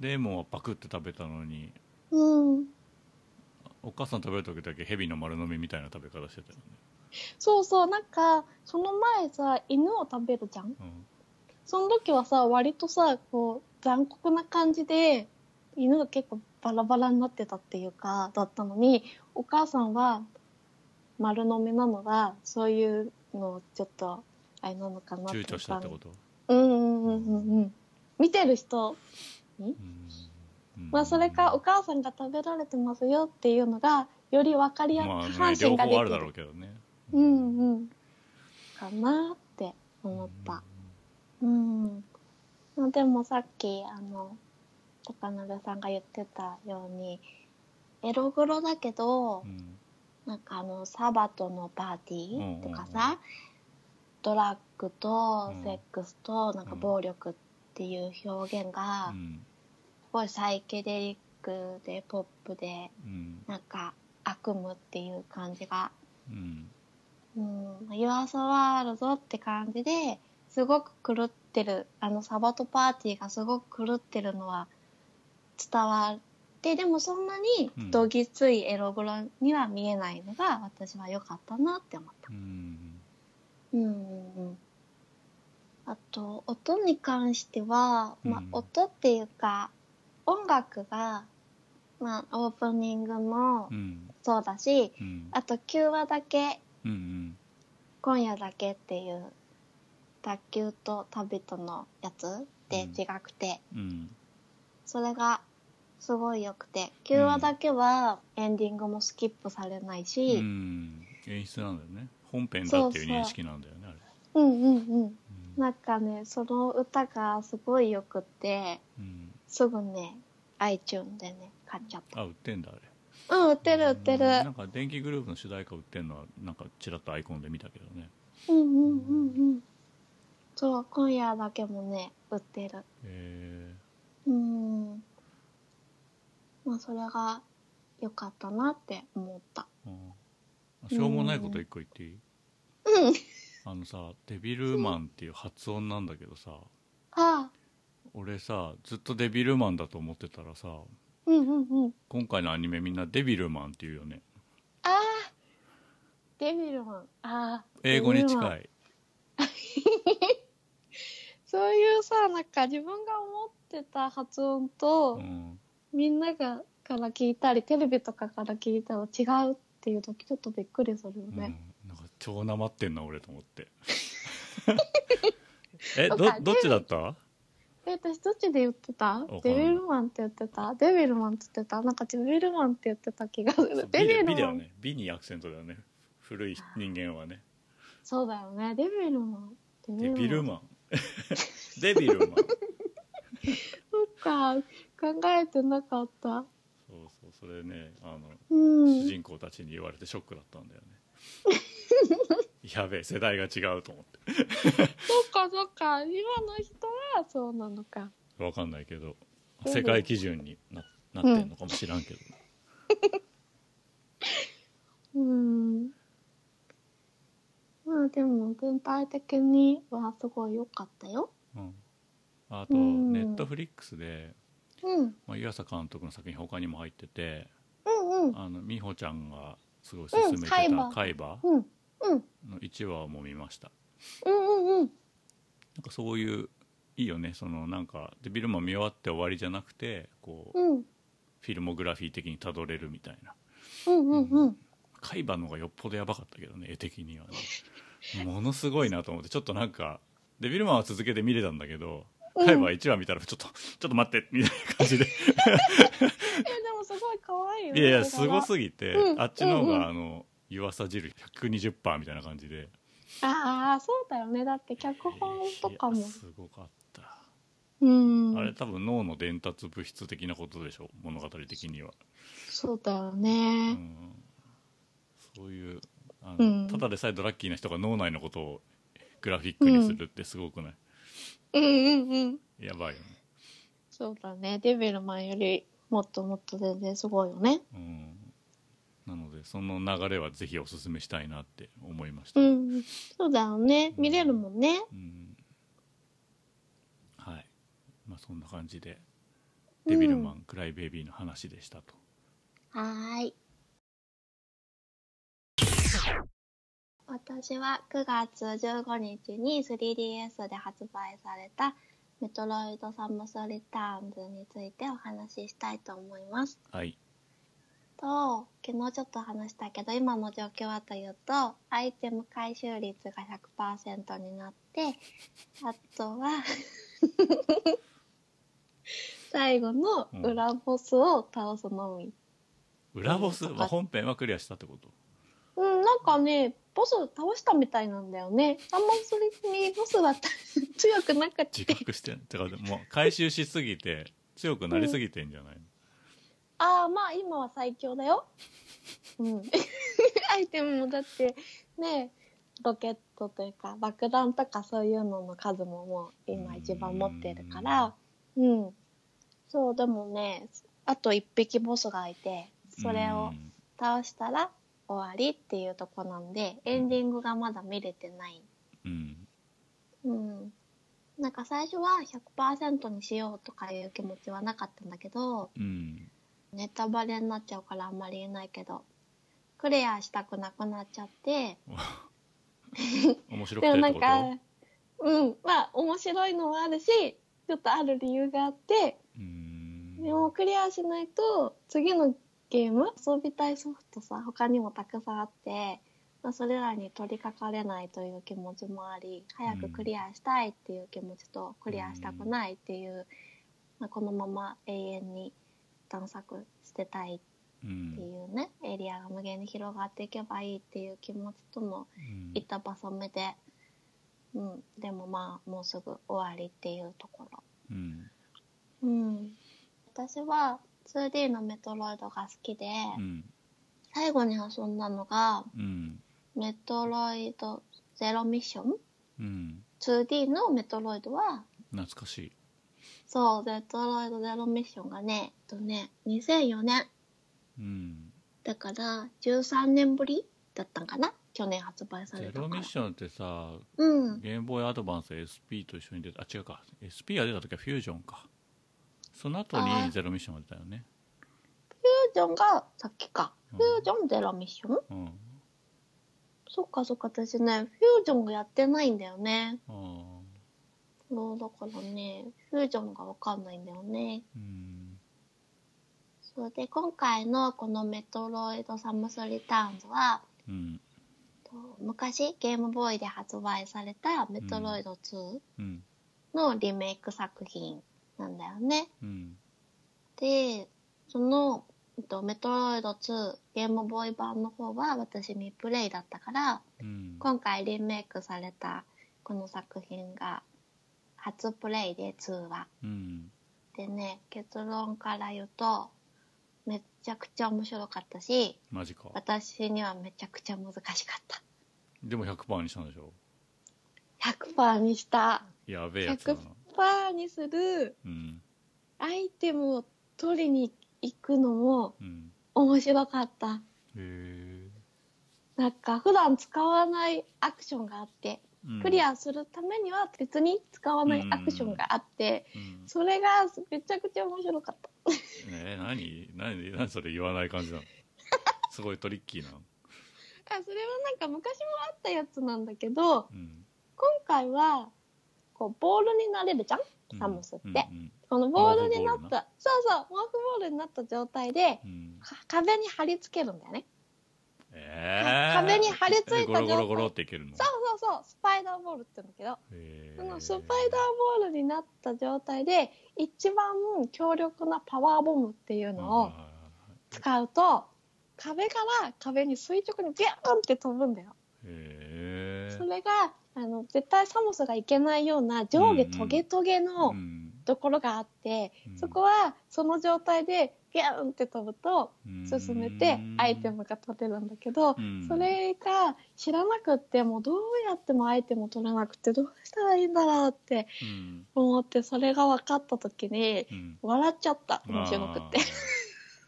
[SPEAKER 2] レモンはパクって食べたのに
[SPEAKER 1] うん
[SPEAKER 2] お母さん食べる時だけヘビの丸飲みみたいな食べ方してたよね、
[SPEAKER 1] そうそうなんかその前さ犬を食べるじゃん
[SPEAKER 2] うん
[SPEAKER 1] その時はさ、割とさ、こう、残酷な感じで、犬が結構バラバラになってたっていうか、だったのに、お母さんは丸飲みなのが、そういうのをちょっと、あれなのかな。
[SPEAKER 2] 躊躇したってことと、
[SPEAKER 1] うんうんうんうんうん。見てる人、
[SPEAKER 2] うん
[SPEAKER 1] まあそれかお母さんが食べられてますよっていうのが、より分かりやす
[SPEAKER 2] まあ
[SPEAKER 1] い、
[SPEAKER 2] ね
[SPEAKER 1] 下半身
[SPEAKER 2] 両
[SPEAKER 1] がで
[SPEAKER 2] 方
[SPEAKER 1] き
[SPEAKER 2] あ
[SPEAKER 1] る。
[SPEAKER 2] るだろうけどね
[SPEAKER 1] うんうん。かなって思った。うん。まあでもさっき、あの、高鍋さんが言ってたように、エログロだけど
[SPEAKER 2] う、ん
[SPEAKER 1] なんかあの、サバトのパーティーとか
[SPEAKER 2] うんうんう
[SPEAKER 1] さ、ドラッグと
[SPEAKER 2] うん
[SPEAKER 1] セックスとなんか暴力っていう表現
[SPEAKER 2] う
[SPEAKER 1] が、
[SPEAKER 2] ん
[SPEAKER 1] すごいサイケデリックでポップで、
[SPEAKER 2] うん
[SPEAKER 1] なんか悪夢っていう感じが
[SPEAKER 2] うん
[SPEAKER 1] うん、湯浅はあるぞって感じで、すごく狂ってる、あのサバトパーティーがすごく狂ってるのは伝わって、でもそんなに
[SPEAKER 2] うん
[SPEAKER 1] どぎついエログロには見えないのが私は良かったなって思った
[SPEAKER 2] う。ん
[SPEAKER 1] うんうんうん。あと、音に関しては、まあ
[SPEAKER 2] うん
[SPEAKER 1] 音っていうか、音楽が、まあオープニングも
[SPEAKER 2] うん
[SPEAKER 1] そうだし、
[SPEAKER 2] うん
[SPEAKER 1] あと9話だけ
[SPEAKER 2] うんうん
[SPEAKER 1] 今夜だけっていう卓球と旅とのやつで
[SPEAKER 2] うん
[SPEAKER 1] 違くて、
[SPEAKER 2] うん
[SPEAKER 1] それがすごい良くて9話だけはエンディングもスキップされないし、
[SPEAKER 2] うん演出なんだよね本編だっていう認識なんだよねあれ
[SPEAKER 1] うん、うんうん
[SPEAKER 2] うん
[SPEAKER 1] なんかねその歌がすごい良くて
[SPEAKER 2] うん
[SPEAKER 1] すぐね iTune でね買っちゃっ
[SPEAKER 2] あ売ってんだあれ
[SPEAKER 1] たうん売ってる売ってる
[SPEAKER 2] なんか電気グループの主題歌売ってるのはなんかちらっとアイコンで見たけどね
[SPEAKER 1] うんうんうんうんそう今夜だけもね売ってる
[SPEAKER 2] え
[SPEAKER 1] うん。まあ、それが良かったなって思った。
[SPEAKER 2] ーあしょうもないこと一個言っていい
[SPEAKER 1] うん。
[SPEAKER 2] あのさデビルマンっていう発音なんだけどさ
[SPEAKER 1] ああ、
[SPEAKER 2] 俺さずっとデビルマンだと思ってたらさ
[SPEAKER 1] うんうんうん。
[SPEAKER 2] 今回のアニメみんなデビルマンって言うよね
[SPEAKER 1] ああ、デビルマン。ああ。
[SPEAKER 2] 英語に近
[SPEAKER 1] い。
[SPEAKER 2] い
[SPEAKER 1] そういうさ、なんか自分が思ってた発音と、
[SPEAKER 2] うん
[SPEAKER 1] みんながから聞いたり、テレビとかから聞いたら違うっていう時ちょっとびっくりするよ
[SPEAKER 2] うん、なん
[SPEAKER 1] ね。
[SPEAKER 2] か超なまってんな俺と思って えど
[SPEAKER 1] そうか
[SPEAKER 2] どっちだった
[SPEAKER 1] え、私どっちで言ってた
[SPEAKER 2] かんない
[SPEAKER 1] デビルマンって言ってたデビルマンって言ってたなんかデビルマンって言ってた気がす
[SPEAKER 2] そう
[SPEAKER 1] る。
[SPEAKER 2] ビ
[SPEAKER 1] デビ
[SPEAKER 2] で
[SPEAKER 1] ル
[SPEAKER 2] ビだ
[SPEAKER 1] マ
[SPEAKER 2] よ
[SPEAKER 1] ン。
[SPEAKER 2] ねビにアクセントだよね古い人間はね
[SPEAKER 1] そうだよね。デビルマン。
[SPEAKER 2] デビル
[SPEAKER 1] ン。
[SPEAKER 2] マン デビルマンそう
[SPEAKER 1] そっか、考えてなかった。
[SPEAKER 2] そうそれねあの
[SPEAKER 1] うん。
[SPEAKER 2] 主人公たちに言われてショックだったんだよね やべえ世代が違うと思って
[SPEAKER 1] そっかそっか、今の人はそうなのか。
[SPEAKER 2] 分かんないけど
[SPEAKER 1] うん
[SPEAKER 2] 世界基準にななってんのかもしらん けど、
[SPEAKER 1] うん。まあでも、全体的にはすごい良かったよ。
[SPEAKER 2] うんあと
[SPEAKER 1] うん
[SPEAKER 2] ネットフリックスで、
[SPEAKER 1] うん。
[SPEAKER 2] まあ、湯浅監督の作品他にも入ってて
[SPEAKER 1] うんうん。
[SPEAKER 2] あの美穂ちゃんがすごい勧め
[SPEAKER 1] う
[SPEAKER 2] てた
[SPEAKER 1] ん海馬
[SPEAKER 2] 「海馬
[SPEAKER 1] うん。うん。
[SPEAKER 2] の1話も見ました
[SPEAKER 1] うんうんうん。
[SPEAKER 2] なんかそういういいよねそのなんかデビルマン見終わって終わりじゃなくてこう、
[SPEAKER 1] うん。
[SPEAKER 2] フィルモグラフィー的にたどれるみたいな
[SPEAKER 1] うんうんうん。
[SPEAKER 2] 海馬の方がよっぽどやばかったけどね絵的にはねものすごいなと思ってちょっとなんかデビルマンは続けて見れたんだけど
[SPEAKER 1] うん
[SPEAKER 2] 海は1話見たらちょっとちょっと待ってみたいな感じで
[SPEAKER 1] えでもすごい可愛いよ
[SPEAKER 2] いやいやす
[SPEAKER 1] それ
[SPEAKER 2] ご
[SPEAKER 1] は
[SPEAKER 2] すぎて、
[SPEAKER 1] うん
[SPEAKER 2] あっちの
[SPEAKER 1] う
[SPEAKER 2] 方が、
[SPEAKER 1] んうん
[SPEAKER 2] あの湯浅汁120%みたいな感じで
[SPEAKER 1] ああそうだよねだって脚本とか
[SPEAKER 2] い
[SPEAKER 1] も
[SPEAKER 2] やすごかった、
[SPEAKER 1] うん
[SPEAKER 2] あれ多分脳の伝達物質的なことでしょ物語的には、
[SPEAKER 1] そうだよ
[SPEAKER 2] う
[SPEAKER 1] ね、
[SPEAKER 2] ん、そういうあの、
[SPEAKER 1] うん
[SPEAKER 2] ただでさえドラッキーな人が脳内のことをグラフィックにするってすごくない、
[SPEAKER 1] うん、うんうん
[SPEAKER 2] やばいよね
[SPEAKER 1] そうだねデビルマンよりもっともっと全然すごいよね
[SPEAKER 2] うんなのでその流れはぜひおすすめしたいなって思いました、
[SPEAKER 1] うんそうだよね見れるもんね
[SPEAKER 2] うんはいまあそんな感じで「デビルマン、クライベイビー」の話でしたと
[SPEAKER 1] はーい。私は9月15日に 3DS で発売されたメトロイドサムスリターンズについてお話ししたいと思います。
[SPEAKER 2] はい
[SPEAKER 1] と、昨日ちょっと話したけど、今の状況はというと、アイテム回収率が100%になって、あとは、最後の裏ボスを倒すのみ。
[SPEAKER 2] 裏ボス、
[SPEAKER 1] うん
[SPEAKER 2] まあ、本編はクリアしたってこと
[SPEAKER 1] うん、なんかね、ボス倒したみたいなんだよね。あんまそれにボスは 強くなかった
[SPEAKER 2] 自。覚してんてかもう回収しすぎて強くなりすぎてんじゃないの、
[SPEAKER 1] ああ、まあ今は最強だ よ。うん。アイテムもだって、ね、ロケットというか爆弾とかそういうのの数ももう今一番持ってるから、うん。そう、でもね、あと一匹ボスがいて、それを
[SPEAKER 2] うん
[SPEAKER 1] 倒したら終わりっていうとこなんで、エンディングがまだ見れてない
[SPEAKER 2] うん
[SPEAKER 1] うん、なんか最初は100%にしようとかいう気持ちはなかったんだけど
[SPEAKER 2] うん
[SPEAKER 1] ネタバレになっちゃうからあんまり言えないけどクリアしたくなくなっちゃって
[SPEAKER 2] 面白く
[SPEAKER 1] で
[SPEAKER 2] て
[SPEAKER 1] もな
[SPEAKER 2] って
[SPEAKER 1] ん
[SPEAKER 2] こ
[SPEAKER 1] か
[SPEAKER 2] と、
[SPEAKER 1] うん、まあ面白いのもあるしちょっとある理由があって
[SPEAKER 2] うん
[SPEAKER 1] でもクリアしないと次のゲーム遊びたいソフトさ他にもたくさんあって、まあ、それらに取りかかれないという気持ちもあり早くクリアしたいっていう気持ちとクリアしたくないっていう、まあ、このまま永遠に探索してたい
[SPEAKER 2] うん
[SPEAKER 1] っていうねエリアが無限に広がっていけばいいっていう気持ちとの
[SPEAKER 2] うん
[SPEAKER 1] 板挟めで、うん、でもまあもうすぐ終わりっていうところ。
[SPEAKER 2] うん
[SPEAKER 1] うん、私は 2D のメトロイドが好きで、
[SPEAKER 2] うん
[SPEAKER 1] 最後に遊んだのが
[SPEAKER 2] うん
[SPEAKER 1] メトロイドゼロミッション
[SPEAKER 2] うん、
[SPEAKER 1] 2D のメトロイドは
[SPEAKER 2] 懐かしい
[SPEAKER 1] そうメトロイドゼロミッションがねえっとね2004年
[SPEAKER 2] うん
[SPEAKER 1] だから13年ぶりだったんかな去年発売され
[SPEAKER 2] ゼ
[SPEAKER 1] たか
[SPEAKER 2] ロミ
[SPEAKER 1] ら
[SPEAKER 2] ッションってさ
[SPEAKER 1] うん
[SPEAKER 2] ゲームボーイアドバンス SP と一緒に出たあ違うか SP が出た時はフュージョンかその後
[SPEAKER 1] あー
[SPEAKER 2] にゼロミッションが出たよね
[SPEAKER 1] フュージョンがさっきか
[SPEAKER 2] う
[SPEAKER 1] フ
[SPEAKER 2] ん
[SPEAKER 1] ュージョンゼロミッション、
[SPEAKER 2] うん
[SPEAKER 1] そっかそっか私ねフュージョンがやってないんだよね
[SPEAKER 2] あー
[SPEAKER 1] そうだからねフュージョンがわかんないんだよね
[SPEAKER 2] うん
[SPEAKER 1] それで今回のこの「メトロイド・サムス・リターンズは」
[SPEAKER 2] うん
[SPEAKER 1] と昔ゲームボーイで発売された「メトロイド2
[SPEAKER 2] うん」
[SPEAKER 1] のリメイク作品なんだよね。
[SPEAKER 2] うん
[SPEAKER 1] でそのえっとメトロイド2ゲームボーイ版の方は私未プレイだったから
[SPEAKER 2] うん
[SPEAKER 1] 今回リメイクされたこの作品が初プレイで2は。
[SPEAKER 2] うん
[SPEAKER 1] でね結論から言うとめっちゃくちゃ面白かったし
[SPEAKER 2] マジか
[SPEAKER 1] 私にはめちゃくちゃ難しかった
[SPEAKER 2] でも100%にしたんでしょ
[SPEAKER 1] 100%にした
[SPEAKER 2] やべえやつだな、
[SPEAKER 1] 100%にする
[SPEAKER 2] うん
[SPEAKER 1] アイテムを取りに行くのも
[SPEAKER 2] うん、
[SPEAKER 1] 面白かった
[SPEAKER 2] へえ
[SPEAKER 1] なんか普段使わないアクションがあってクリ、アするためには別に使わないアクションがあって
[SPEAKER 2] うんうん
[SPEAKER 1] それがめちゃくちゃ面白かった
[SPEAKER 2] えー何何何それ言わない感じな のすごいトリッキーな、
[SPEAKER 1] あそれはなんか昔もあったやつなんだけど
[SPEAKER 2] うん、
[SPEAKER 1] 今回はこうボールになれるじゃんサムスって、
[SPEAKER 2] うんうん
[SPEAKER 1] このボールにな
[SPEAKER 2] モーフボー
[SPEAKER 1] っ
[SPEAKER 2] ル
[SPEAKER 1] たそうそうモーフボールになった状態で
[SPEAKER 2] うん
[SPEAKER 1] か壁に貼り付けるんだよね
[SPEAKER 2] ええー、
[SPEAKER 1] 壁に貼り付いた
[SPEAKER 2] えゴロゴロ
[SPEAKER 1] 状
[SPEAKER 2] ゴロっ
[SPEAKER 1] 態
[SPEAKER 2] ていけるの
[SPEAKER 1] そうそうそうスパイダーボールって言うんだけど
[SPEAKER 2] へ
[SPEAKER 1] そ
[SPEAKER 2] ー
[SPEAKER 1] のスパイダーボールになった状態で一番強力なパワーボムっていうのを
[SPEAKER 2] はいはいはい
[SPEAKER 1] 使うと壁から壁に垂直にビューンって飛ぶんだよ。
[SPEAKER 2] へえ
[SPEAKER 1] それがあの絶対サモスがいけないような上下トゲトゲの
[SPEAKER 2] うん
[SPEAKER 1] ところがあって、
[SPEAKER 2] うん
[SPEAKER 1] そこはその状態でビューンって飛ぶと進めてアイテムが取れるんだけど、
[SPEAKER 2] うん
[SPEAKER 1] それが知らなくってもうどうやってもアイテム取れなくてどうしたらいいんだろうって
[SPEAKER 2] うん
[SPEAKER 1] 思ってそれが分かった時に
[SPEAKER 2] うん
[SPEAKER 1] 笑っちゃった面白くって
[SPEAKER 2] あ。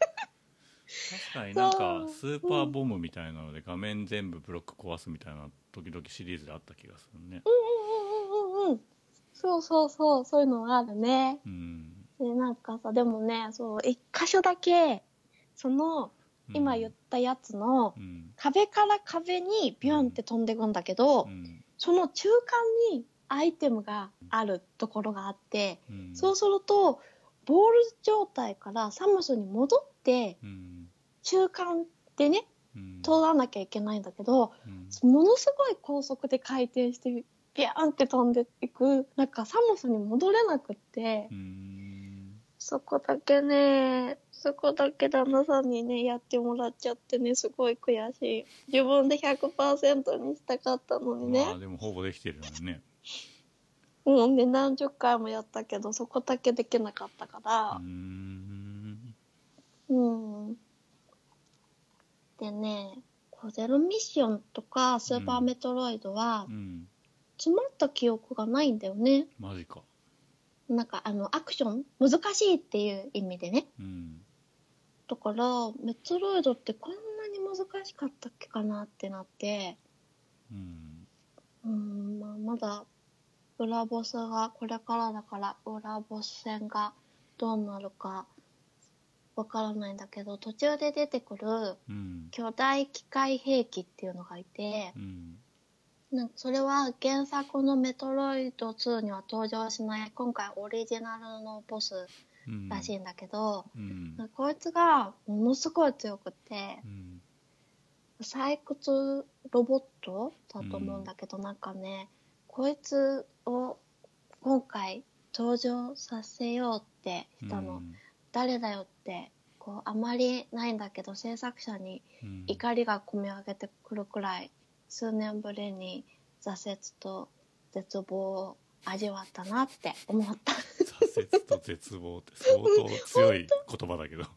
[SPEAKER 2] ー確かになん
[SPEAKER 1] そ
[SPEAKER 2] か
[SPEAKER 1] う
[SPEAKER 2] スーパーボムみたいなので画面全部ブロック壊すみたいな時々シリーズであった気がするね
[SPEAKER 1] うんうんうんうんうんそうそうそうそういうのがあるね。
[SPEAKER 2] うん
[SPEAKER 1] でなんかさでもねそう一箇所だけその
[SPEAKER 2] うん
[SPEAKER 1] 今言ったやつの
[SPEAKER 2] うん
[SPEAKER 1] 壁から壁にビュンって飛んでくんだけど、
[SPEAKER 2] うん
[SPEAKER 1] その中間にアイテムがあるところがあって、
[SPEAKER 2] うん
[SPEAKER 1] そうするとボール状態からサムスに戻って
[SPEAKER 2] うん
[SPEAKER 1] 中間でね
[SPEAKER 2] うん
[SPEAKER 1] 通らなきゃいけないんだけど
[SPEAKER 2] うん
[SPEAKER 1] ものすごい高速で回転してビャーンって飛んでいくなんかサムスに戻れなくって。
[SPEAKER 2] うん
[SPEAKER 1] そこだけね、そこだけ旦那さんにね、やってもらっちゃってね、すごい悔しい。自分で100%にしたかったのにね
[SPEAKER 2] まあ。でもほぼできてるよね
[SPEAKER 1] もうね、何十回もやったけど、そこだけできなかったか
[SPEAKER 2] うん
[SPEAKER 1] ら。うん。でね、こうゼロミッションとかスーパーメトロイドは
[SPEAKER 2] う、ん
[SPEAKER 1] 詰まった記憶がないんだよね。
[SPEAKER 2] マジか
[SPEAKER 1] なんかあの、アクション難しいっていう意味でね。
[SPEAKER 2] うん
[SPEAKER 1] だからメトロイドってこんなに難しかったっけかなってなって
[SPEAKER 2] うん
[SPEAKER 1] うーん、まあ、まだ裏ボスがこれからだから裏ボス戦がどうなるかわからないんだけど途中で出てくる
[SPEAKER 2] うん
[SPEAKER 1] 巨大機械兵器っていうのがいて
[SPEAKER 2] うん
[SPEAKER 1] なんかそれは原作の「メトロイド2」には登場しない今回オリジナルのボス
[SPEAKER 2] うん
[SPEAKER 1] らしいんだけど、
[SPEAKER 2] うん
[SPEAKER 1] なんかこいつがものすごい強くて。
[SPEAKER 2] うん
[SPEAKER 1] 採掘ロボットだと思うんだけど、なんかねこいつを今回登場させようってしたの、
[SPEAKER 2] うん
[SPEAKER 1] 誰だよってこうあまりないんだけど制作者に
[SPEAKER 2] うん
[SPEAKER 1] 怒りが込み上げてくるくらい数年ぶりに挫折と絶望を味わったなって思った。い
[SPEAKER 2] 挫折と絶望って相当強い言葉だけど
[SPEAKER 1] や本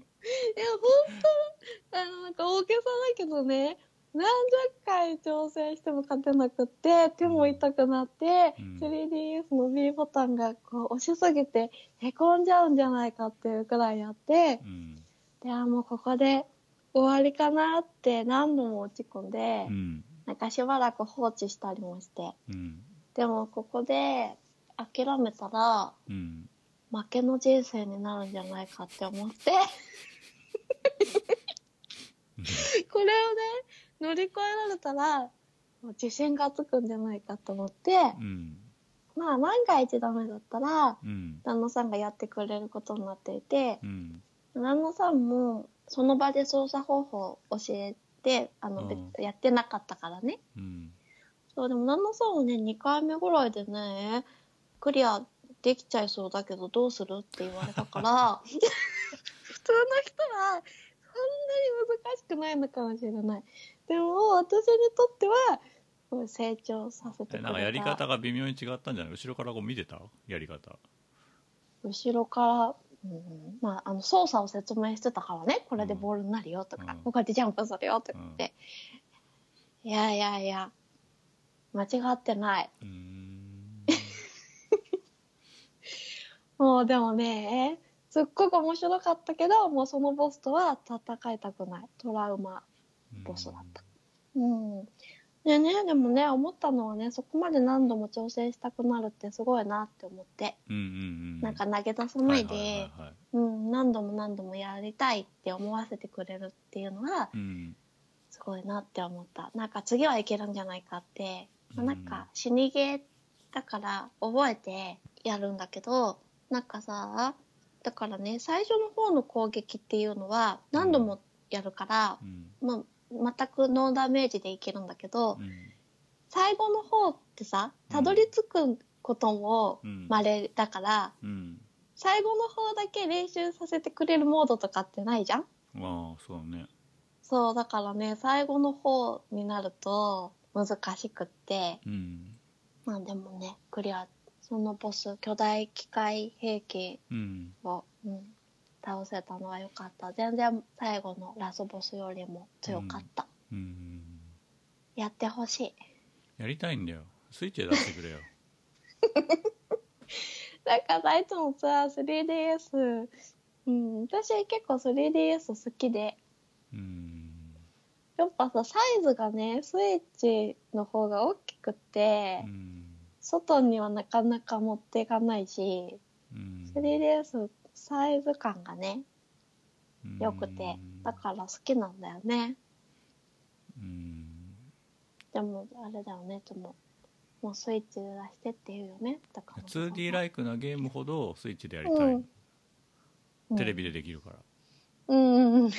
[SPEAKER 1] 当あ のなんか大げさだけどね何十回挑戦しても勝てなくって手も痛くなって、
[SPEAKER 2] うん
[SPEAKER 1] 3DS の B ボタンがこう押しすぎてへこんじゃうんじゃないかっていうくらいやって
[SPEAKER 2] うん
[SPEAKER 1] であもうここで終わりかなって何度も落ち込んで、
[SPEAKER 2] うん
[SPEAKER 1] なんかしばらく放置したりもして
[SPEAKER 2] うん
[SPEAKER 1] でもここで諦めたら
[SPEAKER 2] うん
[SPEAKER 1] 負けの人生になるんじゃないかって思って。これをね乗り越えられたらもう自信がつくんじゃないかと思って、
[SPEAKER 2] うん
[SPEAKER 1] まあ万が一ダメだったら
[SPEAKER 2] うん
[SPEAKER 1] 旦那さんがやってくれることになっていて
[SPEAKER 2] うん
[SPEAKER 1] 旦那さんもその場で操作方法を教えてあの、
[SPEAKER 2] うん
[SPEAKER 1] 別やってなかったからね
[SPEAKER 2] うん
[SPEAKER 1] そうでも旦那さんはね2回目ぐらいでねクリアできちゃいそうだけどどうするって言われたから 普通の人はそんなに難しくないのかもしれないでも私にとってはこう成長させて
[SPEAKER 2] え
[SPEAKER 1] く
[SPEAKER 2] なんか
[SPEAKER 1] れ
[SPEAKER 2] やり方
[SPEAKER 1] た
[SPEAKER 2] が微妙に違ったんじゃない後ろからこう見てたやり方
[SPEAKER 1] 後ろから、うんまあ、あの操作を説明してたからねこれでボールになるよとか、
[SPEAKER 2] うん
[SPEAKER 1] ここでジャンプするよとか言って、いやいやいや間違ってないう
[SPEAKER 2] ーん
[SPEAKER 1] もうでもねすっごく面白かったけどもうそのボスとは戦いたくないトラウマボスだったうんでねでもね思ったのはねそこまで何度も挑戦したくなるってすごいなって思って、
[SPEAKER 2] うんうんうん
[SPEAKER 1] なんか投げ出さないで、
[SPEAKER 2] はいはいはいはい
[SPEAKER 1] うん、何度も何度もやりたいって思わせてくれるっていうのは
[SPEAKER 2] うん
[SPEAKER 1] すごいなって思ったなんか次はいけるんじゃないかって、まあ
[SPEAKER 2] うん
[SPEAKER 1] なんか死にゲーだから覚えてやるんだけどなんかさだからね最初の方の攻撃っていうのは何度もやるから
[SPEAKER 2] う、ん
[SPEAKER 1] まあ全くノーダメージでいけるんだけど、
[SPEAKER 2] うん
[SPEAKER 1] 最後の方ってさたどり着くことも
[SPEAKER 2] うん
[SPEAKER 1] まれだから、
[SPEAKER 2] うん
[SPEAKER 1] 最後の方だけ練習させてくれるモードとかってないじゃん
[SPEAKER 2] ああそうだね
[SPEAKER 1] そうだからね最後の方になると難しくって
[SPEAKER 2] うん
[SPEAKER 1] まあでもねクリアそのボス巨大機械兵器
[SPEAKER 2] うん
[SPEAKER 1] を、うん、倒せたのは良かった全然最後のラスボスよりも強かった、
[SPEAKER 2] うん
[SPEAKER 1] やってほしい
[SPEAKER 2] やりたいんだよスイッチで出してくれよ
[SPEAKER 1] だからさいつもさ 3DS うん私結構 3DS 好きで
[SPEAKER 2] うん
[SPEAKER 1] やっぱさサイズがねスイッチの方が大きくて、
[SPEAKER 2] うん
[SPEAKER 1] 外にはなかなか持っていかないし
[SPEAKER 2] うん
[SPEAKER 1] 3DS サイズ感がね
[SPEAKER 2] うん
[SPEAKER 1] 良くてだから好きなんだよね
[SPEAKER 2] うん
[SPEAKER 1] でもあれだよねでももうスイッチで出してって言うよねだから
[SPEAKER 2] 2D ライクなゲームほどスイッチでやりたい、
[SPEAKER 1] うん
[SPEAKER 2] テレビ
[SPEAKER 1] で
[SPEAKER 2] でできるから
[SPEAKER 1] うんうんうん
[SPEAKER 2] テ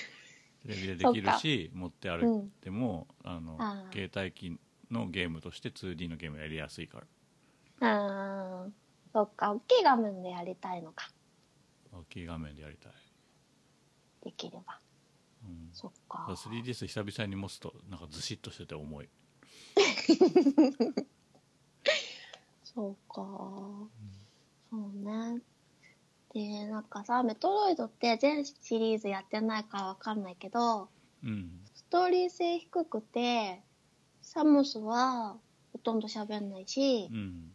[SPEAKER 2] レビでできるし持って歩いても、あの
[SPEAKER 1] あー
[SPEAKER 2] 携帯機のゲームとして 2D のゲームやりやすいから
[SPEAKER 1] あーそっか大きい画面でやりたいのか
[SPEAKER 2] 大きい画面でやりたい、
[SPEAKER 1] できれば
[SPEAKER 2] うん、
[SPEAKER 1] そっか
[SPEAKER 2] ただ 3DS 久々に持つとなんかずしっとしてて重い
[SPEAKER 1] そうか、そうねでなんかさメトロイドって全シリーズやってないからわかんないけど
[SPEAKER 2] うん
[SPEAKER 1] ストーリー性低くてサムスはほとんど喋んないし、
[SPEAKER 2] うん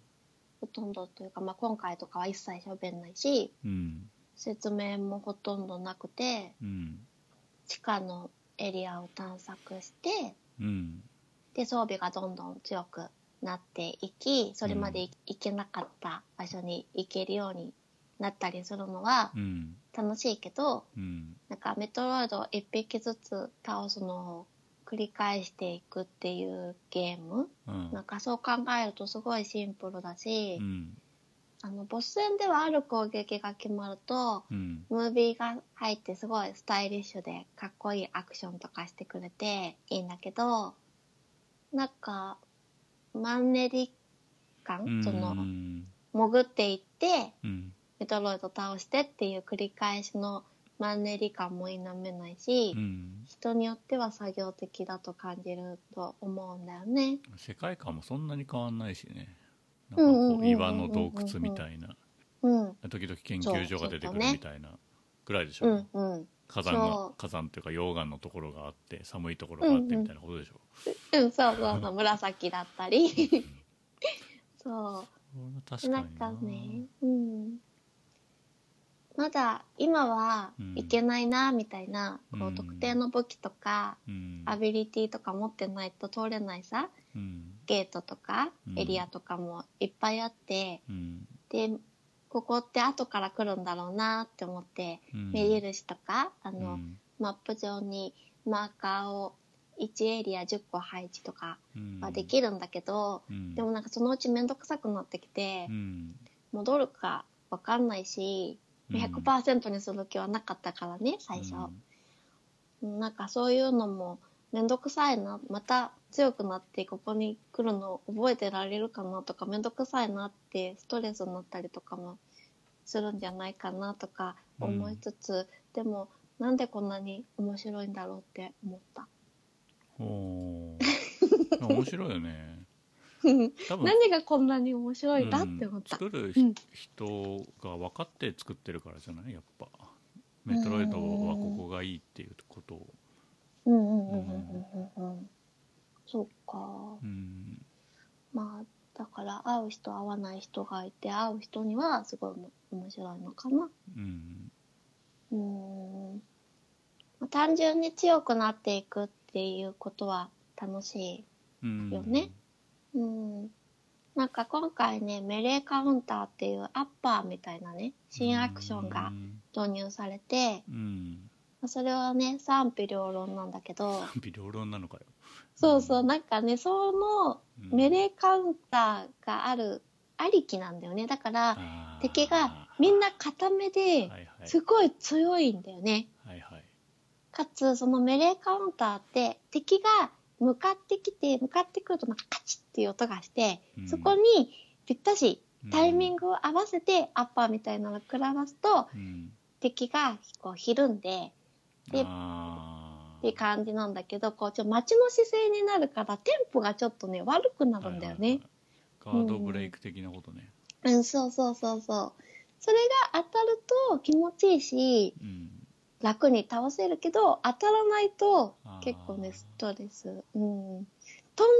[SPEAKER 1] ほとんどというか、まあ、今回とかは一切喋んないし
[SPEAKER 2] うん
[SPEAKER 1] 説明もほとんどなくて
[SPEAKER 2] うん
[SPEAKER 1] 地下のエリアを探索して
[SPEAKER 2] うん
[SPEAKER 1] で装備がどんどん強くなっていきそれまでい行けなかった場所に行けるようになったりするのは
[SPEAKER 2] うん
[SPEAKER 1] 楽しいけど
[SPEAKER 2] うん
[SPEAKER 1] なんかメトロイドを1匹ずつ倒すのを繰り返していくっていうゲーム
[SPEAKER 2] うん
[SPEAKER 1] なんかそう考えるとすごいシンプルだし、
[SPEAKER 2] うん
[SPEAKER 1] あのボス戦ではある攻撃が決まると
[SPEAKER 2] うん
[SPEAKER 1] ムービーが入ってすごいスタイリッシュでかっこいいアクションとかしてくれていいんだけどなんかマンネリ感、
[SPEAKER 2] うん
[SPEAKER 1] その
[SPEAKER 2] うん
[SPEAKER 1] 潜っていって
[SPEAKER 2] うん
[SPEAKER 1] メトロイド倒してっていう繰り返しのマンネリ感も否めないし、
[SPEAKER 2] うん
[SPEAKER 1] 人によっては作業的だと感じると思うんだよね。
[SPEAKER 2] 世界観もそんなに変わんないしねなんかこ
[SPEAKER 1] うんうんうんうんうんう
[SPEAKER 2] うん岩の洞窟みたいな
[SPEAKER 1] うん、
[SPEAKER 2] 時々研究所が出てくるみたいなぐらいでしょ、
[SPEAKER 1] うん、うん。
[SPEAKER 2] 火山
[SPEAKER 1] そう
[SPEAKER 2] の火山っていうか溶岩のところがあって寒いところがあってみたいなことでしょ、
[SPEAKER 1] うん、そうそうそう、紫だったり。 そ、
[SPEAKER 2] そうれ
[SPEAKER 1] な
[SPEAKER 2] は
[SPEAKER 1] ん
[SPEAKER 2] 確か
[SPEAKER 1] か
[SPEAKER 2] にな
[SPEAKER 1] ね、うん。まだ今は
[SPEAKER 2] うん
[SPEAKER 1] いけないな、みたいな、こ
[SPEAKER 2] う
[SPEAKER 1] う、
[SPEAKER 2] ん
[SPEAKER 1] 特定の武器とか、
[SPEAKER 2] うん
[SPEAKER 1] アビリティとか持ってないと通れないさ、
[SPEAKER 2] うん
[SPEAKER 1] ゲートとか
[SPEAKER 2] う、ん
[SPEAKER 1] エリアとかもいっぱいあって、
[SPEAKER 2] うん
[SPEAKER 1] で、ここって後から来るんだろうなって思って、
[SPEAKER 2] うん
[SPEAKER 1] 目印とか、あ
[SPEAKER 2] う
[SPEAKER 1] の、
[SPEAKER 2] ん
[SPEAKER 1] マップ上にマーカーを1エリア10個配置とか
[SPEAKER 2] うん
[SPEAKER 1] はできるんだけど、
[SPEAKER 2] うん
[SPEAKER 1] でもなんかそのうち面倒くさくなってきて、
[SPEAKER 2] うん
[SPEAKER 1] 戻るかわかんないし、
[SPEAKER 2] うん
[SPEAKER 1] 100%にする気はなかったからね最初、なんかそういうのも面倒くさいなまた強くなってここに来るの覚えてられるかなとか面倒くさいなってストレスになったりとかもするんじゃないかなとか思いつつ、でもなんでこんなに面白いんだろうって思った
[SPEAKER 2] うんおー面白いよね多分
[SPEAKER 1] 何がこんなに面白いんだって思った、
[SPEAKER 2] うん、作る
[SPEAKER 1] うん
[SPEAKER 2] 人が分かって作ってるからじゃないやっぱメトロイドはここがいいっていうことを
[SPEAKER 1] うんうんうんうんうんうんうん。そうか。
[SPEAKER 2] うん
[SPEAKER 1] まあ、だから、会う人、会わない人がいて、会う人には、すごい面白いのかな。
[SPEAKER 2] うん
[SPEAKER 1] うーん。まあ単純に強くなっていくっていうことは楽し
[SPEAKER 2] うん
[SPEAKER 1] よねい。うん。なんか今回ね、メレーカウンターっていうアッパーみたいなね、新アクションが導入されて、
[SPEAKER 2] うん
[SPEAKER 1] まあそれはね、賛否両論なんだけど、
[SPEAKER 2] 微量論なのかよ
[SPEAKER 1] そうそう、なんかね、そのメレーカウンターがあるありきなんだよねだから
[SPEAKER 2] あー
[SPEAKER 1] 敵がみんな固めで
[SPEAKER 2] はいはい
[SPEAKER 1] すごい強いんだよね、
[SPEAKER 2] はいはい
[SPEAKER 1] かつ、そのメレーカウンターって、敵が向かってきて、向かってくると、なんかカチッっていう音がして、
[SPEAKER 2] うん
[SPEAKER 1] そこにぴったし、タイミン
[SPEAKER 2] グ、
[SPEAKER 1] グを合わせてアッパーみたいなのを食らわすと、
[SPEAKER 2] うん、
[SPEAKER 1] 敵がこうひるんで、で
[SPEAKER 2] あ
[SPEAKER 1] っていう感じなんだけど、こう、ちょ、待ちの姿勢になるから、テンポがちょっとね、悪くな
[SPEAKER 2] ー
[SPEAKER 1] るんだよね。
[SPEAKER 2] はいはいはいガードブレイク的なことね、
[SPEAKER 1] うん、そうそうそうそう。それが当たると気持ちいいし、
[SPEAKER 2] うん、
[SPEAKER 1] 楽に倒せるけど、当たらないと
[SPEAKER 2] あー
[SPEAKER 1] 結構ね、ストレス。うん。飛ん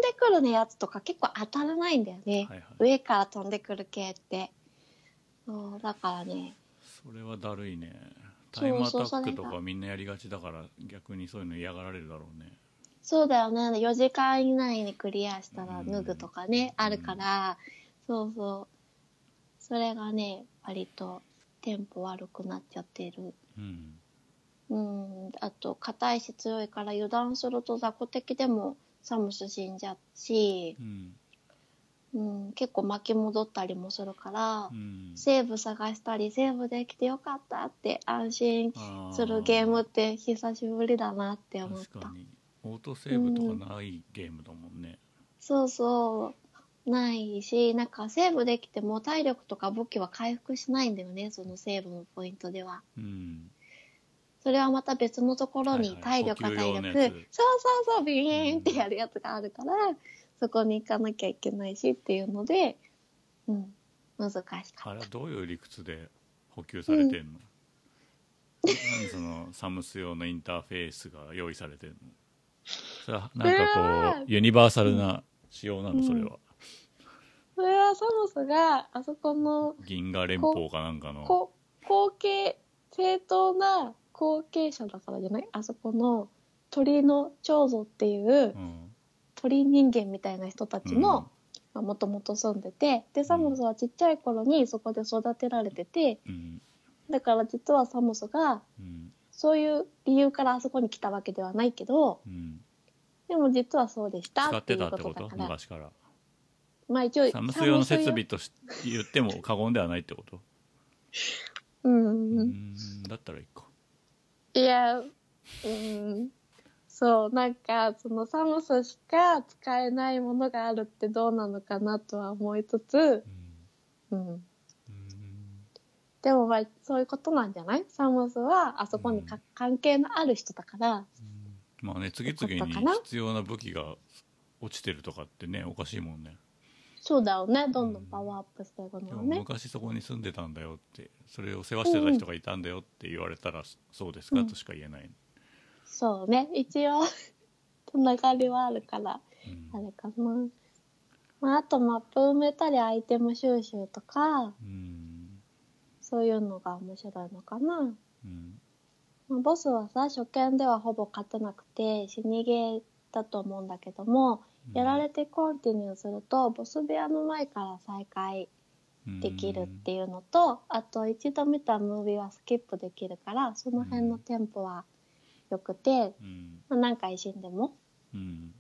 [SPEAKER 1] でくるね、やつとか結構当たらないんだよね。
[SPEAKER 2] はいはい
[SPEAKER 1] 上から飛んでくる系って。そう、だからね。
[SPEAKER 2] それはだるいね
[SPEAKER 1] そ
[SPEAKER 2] タイム
[SPEAKER 1] う
[SPEAKER 2] アタ
[SPEAKER 1] そう
[SPEAKER 2] ックと
[SPEAKER 1] それ
[SPEAKER 2] か
[SPEAKER 1] が
[SPEAKER 2] みんなやりがちだから逆にそういうの嫌がられるだろうね
[SPEAKER 1] そうだよね。4時間以内にクリアしたら脱ぐとかね、
[SPEAKER 2] うん
[SPEAKER 1] あるから。そうそう。それがね、割とテンポ悪くなっちゃってる。
[SPEAKER 2] うん
[SPEAKER 1] うん、あと硬いし強いから油断すると雑魚敵でもサムス死んじゃうし、
[SPEAKER 2] うん
[SPEAKER 1] うん、結構巻き戻ったりもするから、
[SPEAKER 2] うん
[SPEAKER 1] セーブ探したりセーブできてよかったって安心
[SPEAKER 2] あ
[SPEAKER 1] するゲームって久しぶりだなって思っ
[SPEAKER 2] 確
[SPEAKER 1] た
[SPEAKER 2] かにオートセーブとかないゲームだもんね、
[SPEAKER 1] そうそうないしなんかセーブできても体力とか武器は回復しないんだよねそのセーブのポイントでは
[SPEAKER 2] うん
[SPEAKER 1] それはまた別のところに
[SPEAKER 2] はい
[SPEAKER 1] 体
[SPEAKER 2] はい
[SPEAKER 1] 力が体力、
[SPEAKER 2] 補給用のや
[SPEAKER 1] そ
[SPEAKER 2] つ
[SPEAKER 1] うそうそうビーンってやるやつがあるから、そこに行かなきゃいけないしっていうので、うん、難しかった。
[SPEAKER 2] あれはどういう理屈で補給されてんの、なんでそのサムス用のインターフェースが用意されてんのそれはなんかこうユニバーサルな仕様なのそれは、
[SPEAKER 1] それはそもそがあそこの
[SPEAKER 2] 銀河連邦かなんかの
[SPEAKER 1] こ後継正当な後継者だからじゃないあそこの鳥の長女っていう
[SPEAKER 2] うん
[SPEAKER 1] 鳥人間みたいな人たちの、もともと住んでてでサムスはちっちゃい頃にそこで育てられてて
[SPEAKER 2] うん
[SPEAKER 1] だから実はサムスが
[SPEAKER 2] うん
[SPEAKER 1] そういう理由からあそこに来たわけではないけど、
[SPEAKER 2] うん
[SPEAKER 1] でも実はそうでした
[SPEAKER 2] 使っ
[SPEAKER 1] ってい
[SPEAKER 2] て
[SPEAKER 1] う
[SPEAKER 2] た
[SPEAKER 1] こ
[SPEAKER 2] ってこと
[SPEAKER 1] だ
[SPEAKER 2] と
[SPEAKER 1] から。
[SPEAKER 2] 昔から
[SPEAKER 1] まあ一応、
[SPEAKER 2] サムス用の設
[SPEAKER 1] サムス
[SPEAKER 2] 備とし言っても過言ではないってこと
[SPEAKER 1] 用。うん
[SPEAKER 2] う
[SPEAKER 1] うんん。
[SPEAKER 2] だったらいいか
[SPEAKER 1] いや、うん。そう、なんか、そのサムスしか使えないものがあるってどうなのかなとは思いつつ
[SPEAKER 2] う、ん
[SPEAKER 1] うん。
[SPEAKER 2] うん
[SPEAKER 1] でもまあ、そういうことなんじゃないサムスはあそこにか、
[SPEAKER 2] うん
[SPEAKER 1] 関係のある人だから、
[SPEAKER 2] まあね次々に必要な武器が落ちてるとかってねおかしいもんね
[SPEAKER 1] そうだよね。どんどんパワーアップしていく
[SPEAKER 2] で
[SPEAKER 1] の
[SPEAKER 2] も
[SPEAKER 1] はね。
[SPEAKER 2] 昔そこに住んでたんだよってそれを世話してた人がいたんだよって言われたらそうです
[SPEAKER 1] う
[SPEAKER 2] か
[SPEAKER 1] ん
[SPEAKER 2] としか言えない、
[SPEAKER 1] そうね。一応、 つながりはあるから。
[SPEAKER 2] うん
[SPEAKER 1] あれかな。まあ、あとマップ埋めたりアイテム収集とか、
[SPEAKER 2] うん
[SPEAKER 1] そういうのが面白いのかな。
[SPEAKER 2] うん
[SPEAKER 1] まあ、ボスはさ、初見ではほぼ勝てなくて、死にゲーだと思うんだけども、やられてコンティニューすると、ボス部屋の前から再開できるっていうのと、あと一度見たムービーはスキップできるから、その辺のテンポは良くて、
[SPEAKER 2] うん
[SPEAKER 1] まあ、何回死んでも、
[SPEAKER 2] うん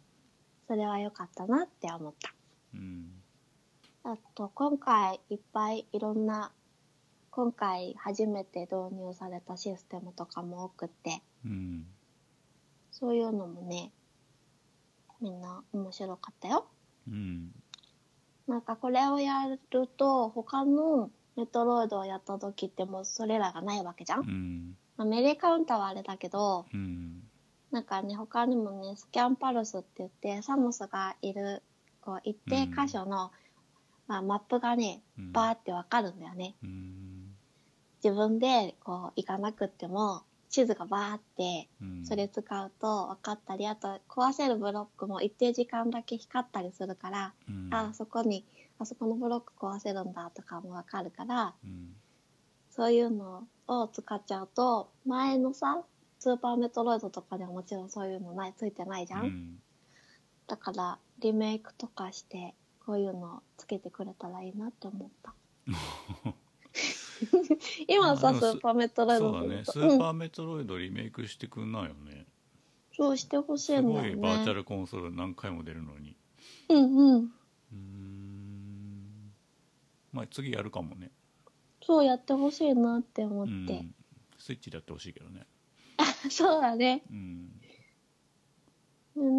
[SPEAKER 1] それは良かったなって思った。
[SPEAKER 2] うん
[SPEAKER 1] あと、今回いっぱいいろんな、今回初めて導入されたシステムとかも多くて、
[SPEAKER 2] うん
[SPEAKER 1] そういうのもね、みんな面白かったよ。
[SPEAKER 2] うん
[SPEAKER 1] なんかこれをやると、他のメトロイドをやった時ってもうそれらがないわけじゃん、
[SPEAKER 2] うん
[SPEAKER 1] まあ、メレーカウンターはあれだけど、
[SPEAKER 2] うん
[SPEAKER 1] なんかね、他にもね、スキャンパルスって言って、サムスがいる、こう一定箇所の、まあ、マップがね、
[SPEAKER 2] うん
[SPEAKER 1] バーってわかるんだよね。
[SPEAKER 2] うん
[SPEAKER 1] 自分でこう行かなくっても地図がバーって
[SPEAKER 2] うん
[SPEAKER 1] それ使うと分かったりあと壊せるブロックも一定時間だけ光ったりするから、
[SPEAKER 2] うん
[SPEAKER 1] ああそこにあそこのブロック壊せるんだとかも分かるから
[SPEAKER 2] うん
[SPEAKER 1] そういうのを使っちゃうと前のさスーパーメトロイドとかではもちろんそういうのないついてないじゃん、
[SPEAKER 2] うん
[SPEAKER 1] だからリメイクとかしてこういうのつけてくれたらいいなって思った 今
[SPEAKER 2] まあ
[SPEAKER 1] さ
[SPEAKER 2] でも
[SPEAKER 1] スーパーメトロイド
[SPEAKER 2] そうだね
[SPEAKER 1] す
[SPEAKER 2] ス
[SPEAKER 1] ると
[SPEAKER 2] ー
[SPEAKER 1] うん
[SPEAKER 2] パーメトロイドリメイクしてくんないよね
[SPEAKER 1] そうしてほしい
[SPEAKER 2] す
[SPEAKER 1] んだよ
[SPEAKER 2] ご
[SPEAKER 1] ね。
[SPEAKER 2] いバーチャルコンソール何回も出るのに
[SPEAKER 1] うんうん。
[SPEAKER 2] うーんまあ次やるかもね
[SPEAKER 1] そうやってほしいなって思って。
[SPEAKER 2] うん、スイッチでやってほしいけどね
[SPEAKER 1] そうだね。
[SPEAKER 2] うん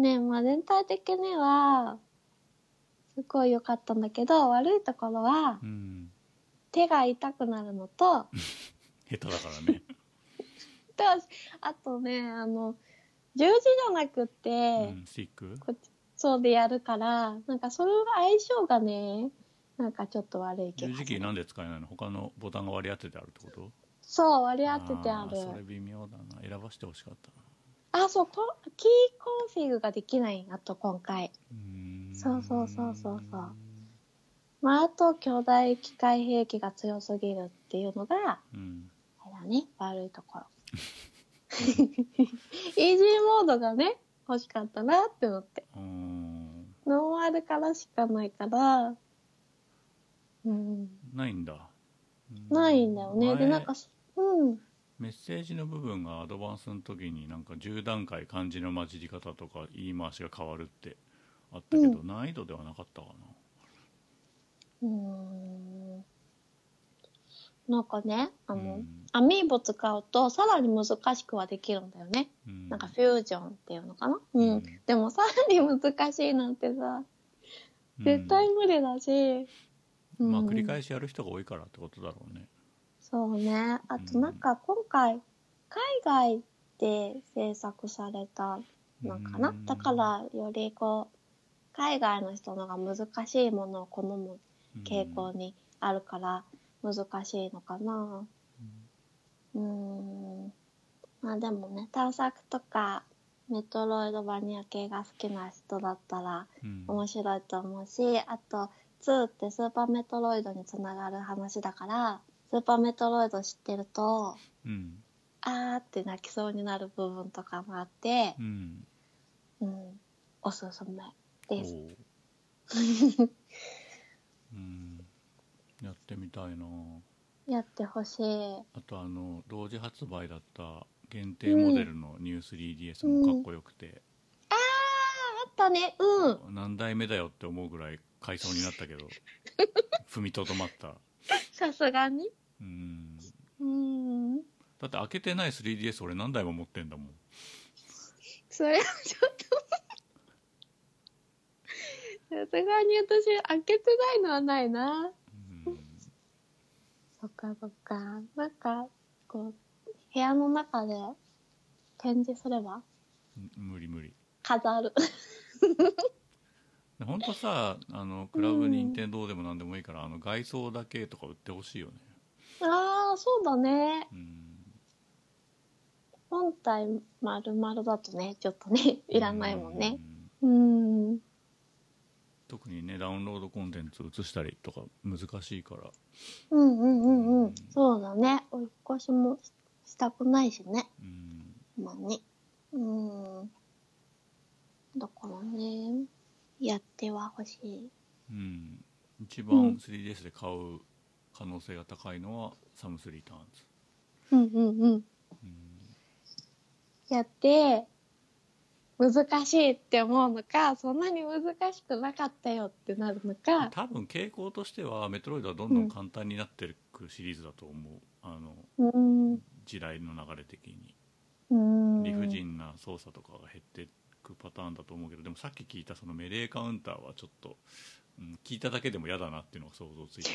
[SPEAKER 1] ね、まあ全体的には、すごい良かったんだけど、悪いところは
[SPEAKER 2] う、ん
[SPEAKER 1] 手が痛くなるのと、
[SPEAKER 2] 下手だから ね、
[SPEAKER 1] とあとね、あの、十字じゃなくて、
[SPEAKER 2] うん、スティック
[SPEAKER 1] こっちそうでやるから、なんかそれの相性がね、なんかちょっと悪い気が
[SPEAKER 2] 十字
[SPEAKER 1] す
[SPEAKER 2] キー
[SPEAKER 1] る。
[SPEAKER 2] なんで使えないの他のボタンが割り当ててあるってこと
[SPEAKER 1] そう、割り当ててあ
[SPEAKER 2] ーそれ
[SPEAKER 1] る。
[SPEAKER 2] 微妙だな選ばしてほしかったな
[SPEAKER 1] あそうこ、キーコンフィグができないあと今回。
[SPEAKER 2] うーん
[SPEAKER 1] そうそうそうそうそうまあ、あと、巨大機械兵器が強すぎるっていうのが、
[SPEAKER 2] うん
[SPEAKER 1] あれだね、悪いところ。 イージーモードがね、欲しかったなって思って。
[SPEAKER 2] うーん
[SPEAKER 1] ノンアルからしかないから、うん、
[SPEAKER 2] ないんだうん
[SPEAKER 1] ないんだよね。で、
[SPEAKER 2] 前
[SPEAKER 1] なんか、うん、
[SPEAKER 2] メッセージの部分がアドバンスの時になんか10段階漢字の混じり方とか言い回しが変わるってあったけ
[SPEAKER 1] う
[SPEAKER 2] ど、難易度ではなかったかな
[SPEAKER 1] うーんなんかね、あの、
[SPEAKER 2] うん
[SPEAKER 1] アミーボ使うとさらに難しくはできるんだよね。
[SPEAKER 2] うん
[SPEAKER 1] なんかフュージョンっていうのかなうん。
[SPEAKER 2] うん
[SPEAKER 1] でもさらに難しいなんてさ、
[SPEAKER 2] うん
[SPEAKER 1] 絶対無理だし。うん
[SPEAKER 2] まあ繰り返しやる人が多いからってことだろうね
[SPEAKER 1] そうね。あとなんか今回、海外で制作されたのかな、
[SPEAKER 2] うん
[SPEAKER 1] だからよりこう、海外の人のが難しいものを好む傾向にあるから難しいのかな。うーん。まあでもね、探索とか、メトロイドバニア系が好きな人だったら
[SPEAKER 2] うん
[SPEAKER 1] 面白いと思うし、あと、2ってスーパーメトロイドにつながる話だから、スーパーメトロイド知ってると、
[SPEAKER 2] うん
[SPEAKER 1] あーって泣きそうになる部分とかもあって
[SPEAKER 2] う、ん
[SPEAKER 1] うん、おすすめです。
[SPEAKER 2] おう うんやってみたいな
[SPEAKER 1] やってほしい。
[SPEAKER 2] あとあの同時発売だった限定モデルのニュー 3DS もかっこよくて、
[SPEAKER 1] あったね、うん。
[SPEAKER 2] 何代目だよって思うぐらい買いそうになったけ ど踏みとどまった
[SPEAKER 1] さすがに。
[SPEAKER 2] うん
[SPEAKER 1] うん。
[SPEAKER 2] だって開けてない 3DS 俺何台も持ってんだもん
[SPEAKER 1] それはちょっと。さすがに私、開けてないのはないな。
[SPEAKER 2] うん
[SPEAKER 1] そっかそっか。なんか、こう、部屋の中で展示すれば
[SPEAKER 2] 無理無理
[SPEAKER 1] 飾る。
[SPEAKER 2] 本当さあのクラブ任天堂でも何でもいいから、あの外装だけとか売ってほしいよね
[SPEAKER 1] ああ、そうだね。
[SPEAKER 2] うん
[SPEAKER 1] 本体丸々だとね、ちょっとね、いらないもんね
[SPEAKER 2] う。ん
[SPEAKER 1] うん。
[SPEAKER 2] 特にねダウンロードコンテンツ移したりとか難しいから
[SPEAKER 1] うんうんうんうん。そうだね。お引っ越しもししたくないしね。
[SPEAKER 2] うん
[SPEAKER 1] まあね。うん。だからね、やってはほしい。
[SPEAKER 2] うん一
[SPEAKER 1] うん
[SPEAKER 2] 番 3DS で買う可能性が高いのはサムスリーターンズ
[SPEAKER 1] うんうんうん。
[SPEAKER 2] うん
[SPEAKER 1] やって、難しいって思うのか、そんなに難しくなかったよってなるのか。
[SPEAKER 2] 多分傾向としてはメトロイドはどんどん簡単になっていくシリーズだと思う、あの
[SPEAKER 1] うん。
[SPEAKER 2] 時代の流れ的に
[SPEAKER 1] うん。
[SPEAKER 2] 理不。尽な操作とかが減っていくパターンだと思うけどでもさっき聞いたそのメレーカウンターはちょっと、うん、聞いただけでも嫌だなっていうのが想像つ いて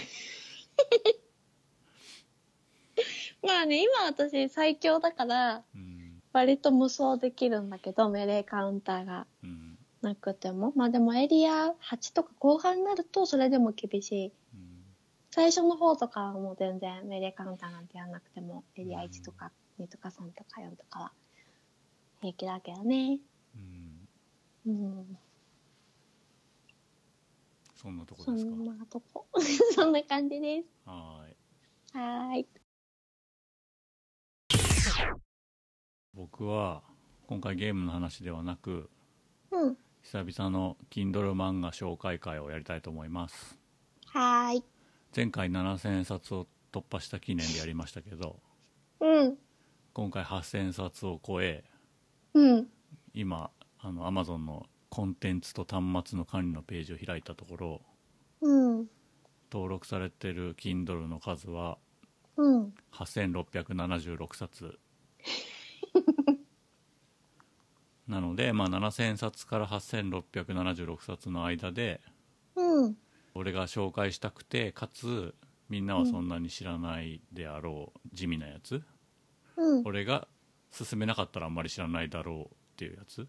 [SPEAKER 1] まあね、今私最強だから、
[SPEAKER 2] うん
[SPEAKER 1] 割と無双できるんだけど、命令カウンターが
[SPEAKER 2] うん
[SPEAKER 1] なくても。まあでもエリア8とか後半になると、それでも厳しい
[SPEAKER 2] うん
[SPEAKER 1] 最初の方とかはもう全然命令カウンターなんてやんなくてもエリア1とか2とか3とか4とかは平気だけどね
[SPEAKER 2] うん
[SPEAKER 1] うん
[SPEAKER 2] そんなとこ
[SPEAKER 1] そ
[SPEAKER 2] ですか
[SPEAKER 1] んなとこそんな感じで
[SPEAKER 2] はーい
[SPEAKER 1] すはーい
[SPEAKER 2] 僕は今回ゲームの話ではなく
[SPEAKER 1] うん
[SPEAKER 2] 久々の Kindle 漫画紹介会をやりたいと思います
[SPEAKER 1] はーい
[SPEAKER 2] 前回7000冊を突破した記念でやりましたけど
[SPEAKER 1] うん
[SPEAKER 2] 今回8000冊を超え
[SPEAKER 1] うん
[SPEAKER 2] 今あの Amazon のコンテンツと端末の管理のページを開いたところ
[SPEAKER 1] うん
[SPEAKER 2] 登録されてる Kindle の数は
[SPEAKER 1] うん
[SPEAKER 2] 8676冊 なので、まあ、7000冊から8676冊の間で
[SPEAKER 1] うん。
[SPEAKER 2] 俺が紹介したくてかつみんなはそんなに知らないであろう地味なやつ、
[SPEAKER 1] うん。
[SPEAKER 2] 俺が勧めなかったらあんまり知らないだろうっていうやつ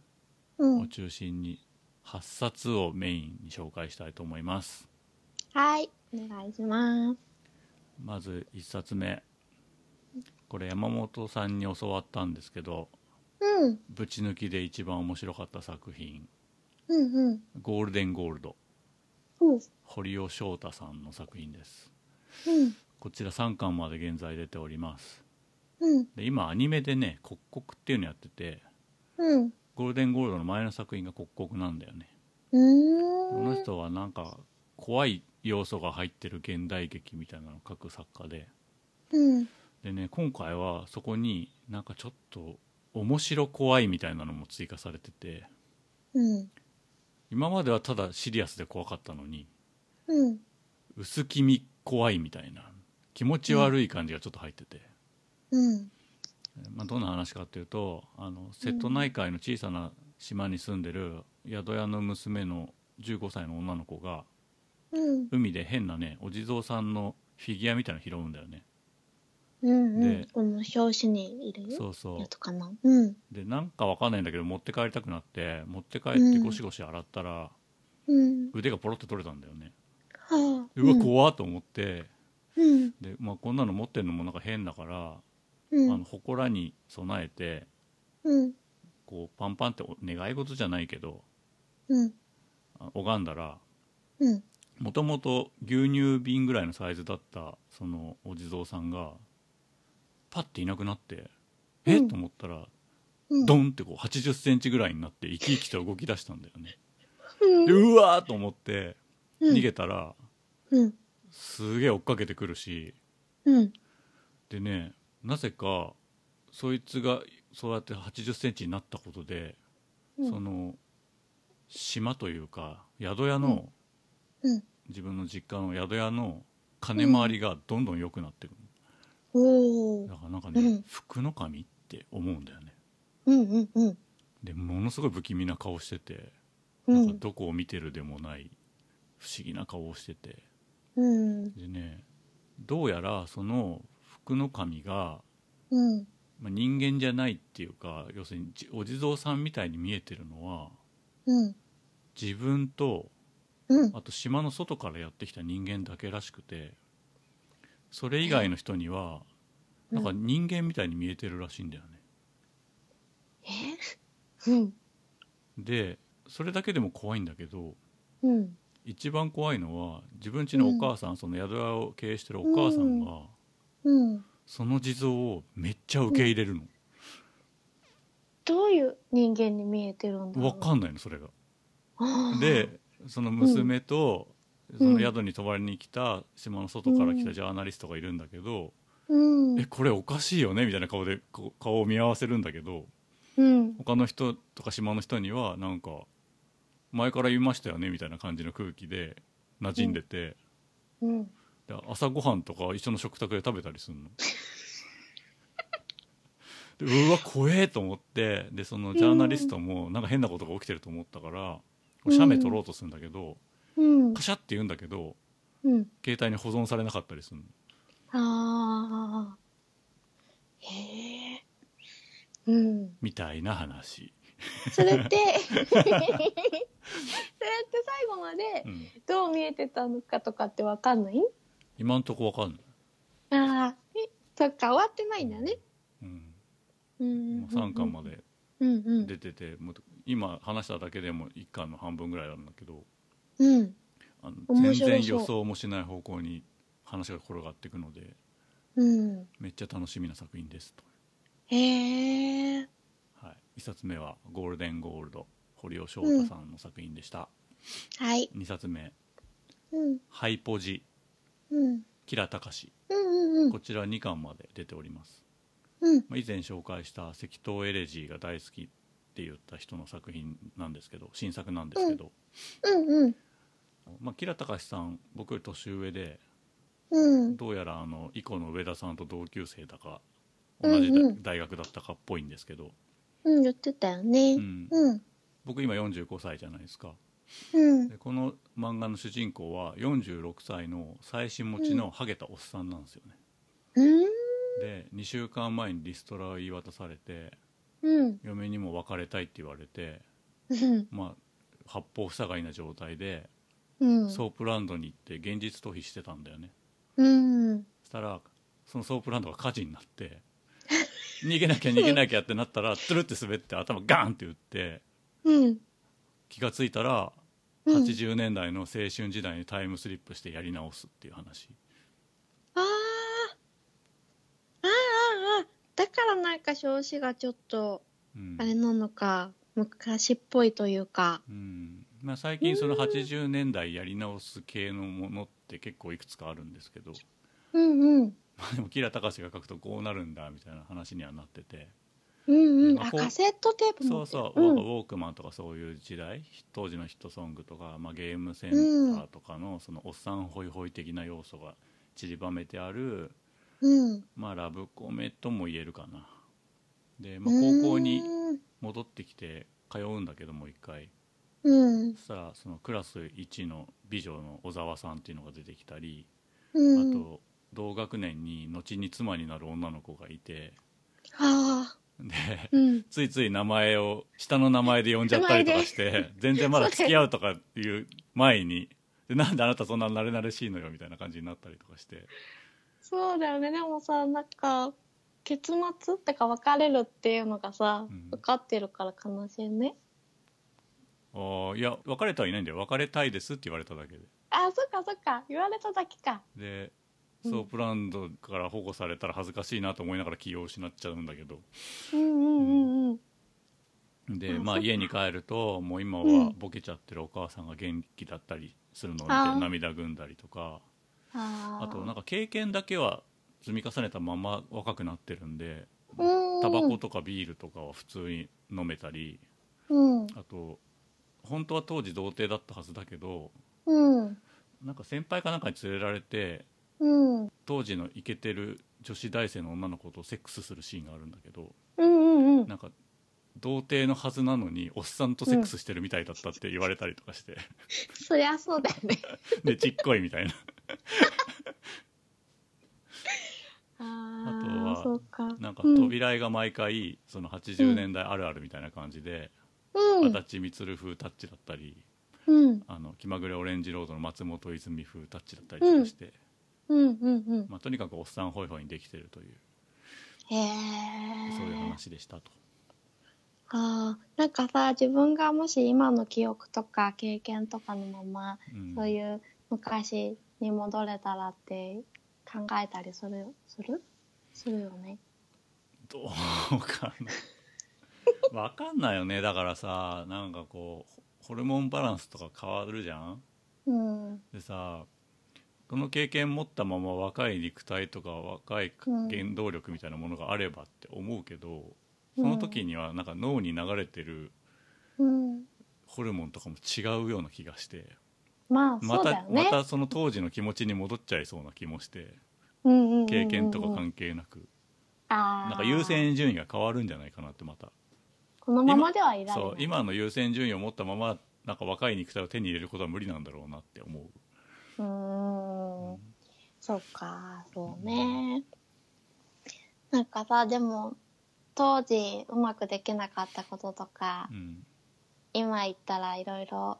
[SPEAKER 1] う
[SPEAKER 2] を
[SPEAKER 1] ん。
[SPEAKER 2] 中心に8冊をメインに紹介したいと思います
[SPEAKER 1] はい。お願いします。
[SPEAKER 2] まず1冊目これ山本さんに教わったんですけど
[SPEAKER 1] うん。
[SPEAKER 2] ぶち抜きで一番面白かった作品
[SPEAKER 1] うんうん。
[SPEAKER 2] 「ゴールデンゴールド
[SPEAKER 1] ほう。」
[SPEAKER 2] 堀尾翔太さんの作品です
[SPEAKER 1] うん。
[SPEAKER 2] こちら3巻まで現在出ております
[SPEAKER 1] うん。
[SPEAKER 2] で今アニメでね「刻々」っていうのやってて
[SPEAKER 1] うん。
[SPEAKER 2] ゴールデンゴールドの前の作品が「刻々」なんだよね
[SPEAKER 1] う
[SPEAKER 2] こ
[SPEAKER 1] ーん。
[SPEAKER 2] の人はなんか怖い要素が入ってる現代劇みたいなのを書く作家で
[SPEAKER 1] うん。
[SPEAKER 2] でね今回はそこになんかちょっと面白怖いみたいなのも追加されてて
[SPEAKER 1] うん。
[SPEAKER 2] 今まではただシリアスで怖かったのに
[SPEAKER 1] うん。
[SPEAKER 2] 薄気味怖いみたいな気持ち悪い感じがちょっと入ってて、
[SPEAKER 1] うん。
[SPEAKER 2] まあ、どんな話かっていうとあの瀬戸内海の小さな島に住んでる宿屋の娘の15歳の女の子が
[SPEAKER 1] うん。
[SPEAKER 2] 海で変なねお地蔵さんのフィギュアみたいなの拾うんだよね
[SPEAKER 1] うんうん
[SPEAKER 2] で。
[SPEAKER 1] この表紙にいる
[SPEAKER 2] そうそ
[SPEAKER 1] やつかな。うん。
[SPEAKER 2] うでなんかわかんないんだけど持って帰りたくなって持って帰ってゴシゴシ洗ったら
[SPEAKER 1] うん。
[SPEAKER 2] 腕がポロって取れたんだよね
[SPEAKER 1] はあ。
[SPEAKER 2] うわ怖っと思って
[SPEAKER 1] うん。
[SPEAKER 2] で、まあ、こんなの持ってるのもなんか変だから、
[SPEAKER 1] う
[SPEAKER 2] あの
[SPEAKER 1] ん。
[SPEAKER 2] 祠に備えて
[SPEAKER 1] うん。
[SPEAKER 2] こうパンパンってお願い事じゃないけど
[SPEAKER 1] うん。
[SPEAKER 2] あ拝んだら
[SPEAKER 1] うん。
[SPEAKER 2] もともと牛乳瓶ぐらいのサイズだったそのお地蔵さんがパッていなくなってえ、
[SPEAKER 1] うん
[SPEAKER 2] と思ったら
[SPEAKER 1] うん。
[SPEAKER 2] ドンってこう80センチぐらいになって生き生きと動き出したんだよねで
[SPEAKER 1] うん。
[SPEAKER 2] うわーと思って
[SPEAKER 1] うん
[SPEAKER 2] 逃げたら
[SPEAKER 1] うん。
[SPEAKER 2] すげえ追っかけてくるし
[SPEAKER 1] うん。
[SPEAKER 2] でねなぜかそいつがそうやって80センチになったことで、
[SPEAKER 1] うん
[SPEAKER 2] その島というか宿屋の、
[SPEAKER 1] うん。
[SPEAKER 2] 自分の実家の宿屋の金回りがどんどん良くなってくる、
[SPEAKER 1] おー
[SPEAKER 2] だ。からなんかね、
[SPEAKER 1] うん
[SPEAKER 2] 福の神って思うんだよね
[SPEAKER 1] うんうんうん。
[SPEAKER 2] でものすごい不気味な顔してて、
[SPEAKER 1] う
[SPEAKER 2] なんか
[SPEAKER 1] ん。
[SPEAKER 2] どこを見てるでもない不思議な顔をしてて
[SPEAKER 1] うん。
[SPEAKER 2] でねどうやらその福の神が、
[SPEAKER 1] うん。
[SPEAKER 2] まあ、人間じゃないっていうか要するにじお地蔵さんみたいに見えてるのは
[SPEAKER 1] うん。
[SPEAKER 2] 自分と
[SPEAKER 1] うん。
[SPEAKER 2] あと島の外からやってきた人間だけらしくてそれ以外の人には
[SPEAKER 1] うん
[SPEAKER 2] なんか人間みたいに見えてるらしいんだよね、
[SPEAKER 1] えうん。
[SPEAKER 2] でそれだけでも怖いんだけど
[SPEAKER 1] うん。
[SPEAKER 2] 一番怖いのは自分家のお母さん、その宿屋を経営してるお母さんが、
[SPEAKER 1] うん。
[SPEAKER 2] その地蔵をめっちゃ受け入れるの、
[SPEAKER 1] どういう人間に見えてるんだろう
[SPEAKER 2] わかんないのそれが
[SPEAKER 1] あー
[SPEAKER 2] でその娘と、その宿に泊まりに来た島の外から来たジャーナリストがいるんだけど、
[SPEAKER 1] うん
[SPEAKER 2] えこれおかしいよねみたいな顔でこう顔を見合わせるんだけど
[SPEAKER 1] うん
[SPEAKER 2] 他の人とか島の人にはなんか前から言いましたよねみたいな感じの空気で馴染んでて、
[SPEAKER 1] うん
[SPEAKER 2] で朝ごはんとか一緒の食卓で食べた りするのでうわ怖えと思ってでそのジャーナリストもなんか変なことが起きてると思ったから、
[SPEAKER 1] うん
[SPEAKER 2] 写メ撮ろうとするんだけど
[SPEAKER 1] うん
[SPEAKER 2] カシャって言うんだけど
[SPEAKER 1] うん
[SPEAKER 2] 携帯に保存されなかったりするの
[SPEAKER 1] ああへえうん
[SPEAKER 2] みたいな話、
[SPEAKER 1] それって それって最後まで
[SPEAKER 2] うん、
[SPEAKER 1] どう見えてたのかとかってわかんない
[SPEAKER 2] 今んとこわかんない、
[SPEAKER 1] ああそっか終わってないんだね
[SPEAKER 2] うん、
[SPEAKER 1] うん
[SPEAKER 2] 3巻まで
[SPEAKER 1] うんうん
[SPEAKER 2] 出てて、もう今話しただけでも1巻の半分ぐらいあるんだけど
[SPEAKER 1] うん
[SPEAKER 2] あの
[SPEAKER 1] 面白
[SPEAKER 2] 全
[SPEAKER 1] そう
[SPEAKER 2] 然予想もしない方向に話が転がっていくので
[SPEAKER 1] うん
[SPEAKER 2] めっちゃ楽しみな作品ですと、
[SPEAKER 1] へえ
[SPEAKER 2] はい、1冊目は「ゴールデンゴールド」堀尾翔太さんの作品でした、
[SPEAKER 1] はい
[SPEAKER 2] 2冊目
[SPEAKER 1] うん
[SPEAKER 2] 「ハイポジ
[SPEAKER 1] うん
[SPEAKER 2] キラタカシ
[SPEAKER 1] うんうんう」ん
[SPEAKER 2] こちら2巻まで出ております、
[SPEAKER 1] うん
[SPEAKER 2] まあ以前紹介した「赤頭エレジー」が大好きって言った人の作品なんですけど新作なんですけど、
[SPEAKER 1] うん
[SPEAKER 2] まあ、キラタカシさん僕より年上で
[SPEAKER 1] うん
[SPEAKER 2] どうやらあの以降の上田さんと同級生だか
[SPEAKER 1] うんう
[SPEAKER 2] 同
[SPEAKER 1] ん
[SPEAKER 2] じだ大学だったかっぽいんですけど、
[SPEAKER 1] うん、言ってたよね。
[SPEAKER 2] うん
[SPEAKER 1] うん。
[SPEAKER 2] 僕今45歳じゃないですか
[SPEAKER 1] うん。
[SPEAKER 2] でこの漫画の主人公は46歳の妻子持ちのハゲたおっさんなんですよね、
[SPEAKER 1] うん。
[SPEAKER 2] で2週間前にリストラを言い渡されて
[SPEAKER 1] うん。
[SPEAKER 2] 嫁にも別れたいって言われて
[SPEAKER 1] うん。
[SPEAKER 2] まあ八方塞がりな状態で
[SPEAKER 1] うん。
[SPEAKER 2] ソープランドに行って現実逃避してたんだよね
[SPEAKER 1] うん。
[SPEAKER 2] そしたらそのソープランドが火事になって 逃げなきゃ逃げなきゃってなったらつるって滑って頭ガーンって打って
[SPEAKER 1] うん。
[SPEAKER 2] 気がついたら
[SPEAKER 1] うん
[SPEAKER 2] 80年代の青春時代にタイムスリップしてやり直すっていう話、
[SPEAKER 1] ああ。ああ、ああ。だからなんか表紙がちょっと、
[SPEAKER 2] うん
[SPEAKER 1] あれなのか、昔っぽいというか。
[SPEAKER 2] うんまあ、最近その80年代やり直す系のものって結構いくつかあるんですけど、
[SPEAKER 1] うんうん。
[SPEAKER 2] まあ、でもキラタカシが書くとこうなるんだみたいな話にはなってて
[SPEAKER 1] うんうん。
[SPEAKER 2] まあ
[SPEAKER 1] あ、
[SPEAKER 2] こう
[SPEAKER 1] カセットテープ
[SPEAKER 2] そ
[SPEAKER 1] 持
[SPEAKER 2] う
[SPEAKER 1] って
[SPEAKER 2] そう
[SPEAKER 1] る、
[SPEAKER 2] ウォ
[SPEAKER 1] う
[SPEAKER 2] ー
[SPEAKER 1] ん。
[SPEAKER 2] ウォークマンとかそういう時代当時のヒットソングとか、まあ、ゲームセンターとかのそのおっさんホイホイ的な要素が散りばめてある、
[SPEAKER 1] うん。
[SPEAKER 2] まあ、ラブコメとも言えるかな。で、まあ、高校に
[SPEAKER 1] うん
[SPEAKER 2] 戻ってきて通うんだけどもう一回
[SPEAKER 1] うん。
[SPEAKER 2] そしたらそのクラス1の美女の小沢さんっていうのが出てきたり、
[SPEAKER 1] うん。
[SPEAKER 2] あと同学年に後に妻になる女の子がいて
[SPEAKER 1] ああ。
[SPEAKER 2] で
[SPEAKER 1] うん。
[SPEAKER 2] ついつい名前を下の名前で呼んじゃったりとかして全然まだ付き合うとかっていう前にでなんであなたそんな慣れ慣れしいのよみたいな感じになったりとかして
[SPEAKER 1] そうだよね。でもさ、なんか、結末ってか別れるっていうのがさ、
[SPEAKER 2] うん
[SPEAKER 1] 分かってるから悲しいね。
[SPEAKER 2] あーいや別れてはいないんだよ別れたいですって言われただけで
[SPEAKER 1] あ、そっかそっか。言われただけか。
[SPEAKER 2] で
[SPEAKER 1] うん
[SPEAKER 2] ソープランドから保護されたら恥ずかしいなと思いながら気を失っちゃうんだけど
[SPEAKER 1] うんうんうんうん。
[SPEAKER 2] で
[SPEAKER 1] あ
[SPEAKER 2] まあ
[SPEAKER 1] そっか
[SPEAKER 2] 家に帰るともう今
[SPEAKER 1] う
[SPEAKER 2] は
[SPEAKER 1] ん
[SPEAKER 2] ボケちゃってるお母さんが元気だったりするのを見
[SPEAKER 1] あ
[SPEAKER 2] て
[SPEAKER 1] ー
[SPEAKER 2] 涙ぐんだりとか
[SPEAKER 1] あー
[SPEAKER 2] あとなんか経験だけは積み重ねたまま若くなってるんで
[SPEAKER 1] うん
[SPEAKER 2] タバコとかビールとかは普通に飲めたり
[SPEAKER 1] うん。
[SPEAKER 2] あと本当は当時童貞だったはずだけど
[SPEAKER 1] うん。
[SPEAKER 2] なんか先輩かなんかに連れられて
[SPEAKER 1] うん。
[SPEAKER 2] 当時のイケてる女子大生の女の子とセックスするシーンがあるんだけど
[SPEAKER 1] うんうんうん。
[SPEAKER 2] なんか童貞のはずなのにおっさんとセックスしてるみたいだったって言われたりとかして。
[SPEAKER 1] そりゃそうだよね。
[SPEAKER 2] でちっこいみたいな
[SPEAKER 1] あ
[SPEAKER 2] あとは
[SPEAKER 1] あ、そうか。
[SPEAKER 2] なんか
[SPEAKER 1] うん、
[SPEAKER 2] 扉絵が毎回その80年代あるあるみたいな感じで、
[SPEAKER 1] うん
[SPEAKER 2] 足。立光風タッチだったり
[SPEAKER 1] うん。
[SPEAKER 2] あの気まぐれオレンジロードの松本泉風タッチだったりとかして、
[SPEAKER 1] うんうんうん。
[SPEAKER 2] まあ、とにかくおっさんホイホイにできてるという
[SPEAKER 1] へえ。
[SPEAKER 2] そういう話でしたと、
[SPEAKER 1] ああ、なんかさ、自分がもし今の記憶とか経験とかのまま、
[SPEAKER 2] うん
[SPEAKER 1] そういう昔に戻れたらって考えたりするよするするよね。
[SPEAKER 2] どうかなわかんないよねだからさなんかこうホルモンバランスとか変わるじゃん
[SPEAKER 1] うん。
[SPEAKER 2] でさこの経験持ったまま若い肉体とか若い
[SPEAKER 1] うん
[SPEAKER 2] 原動力みたいなものがあればって思うけど、その時にはなんか脳に流れてる
[SPEAKER 1] うん。
[SPEAKER 2] ホルモンとかも違うような気がして
[SPEAKER 1] まあ、
[SPEAKER 2] ま
[SPEAKER 1] そうだ
[SPEAKER 2] た
[SPEAKER 1] よ
[SPEAKER 2] ま
[SPEAKER 1] ね。
[SPEAKER 2] たその当時の気持ちに戻っちゃいそうな気もして
[SPEAKER 1] うんうんうんうんうん
[SPEAKER 2] 経験とか関係なく
[SPEAKER 1] あー
[SPEAKER 2] なんか優先順位が変わるんじゃないかなってまた
[SPEAKER 1] このままではいられない。
[SPEAKER 2] そう今の優先順位を持ったままなんか若い肉体を手に入れることは無理なんだろうなって思う。
[SPEAKER 1] うーんそうか、そうね。なんかさ、でも、当時うまくできなかったこととか、
[SPEAKER 2] うん
[SPEAKER 1] 今言ったらいろいろ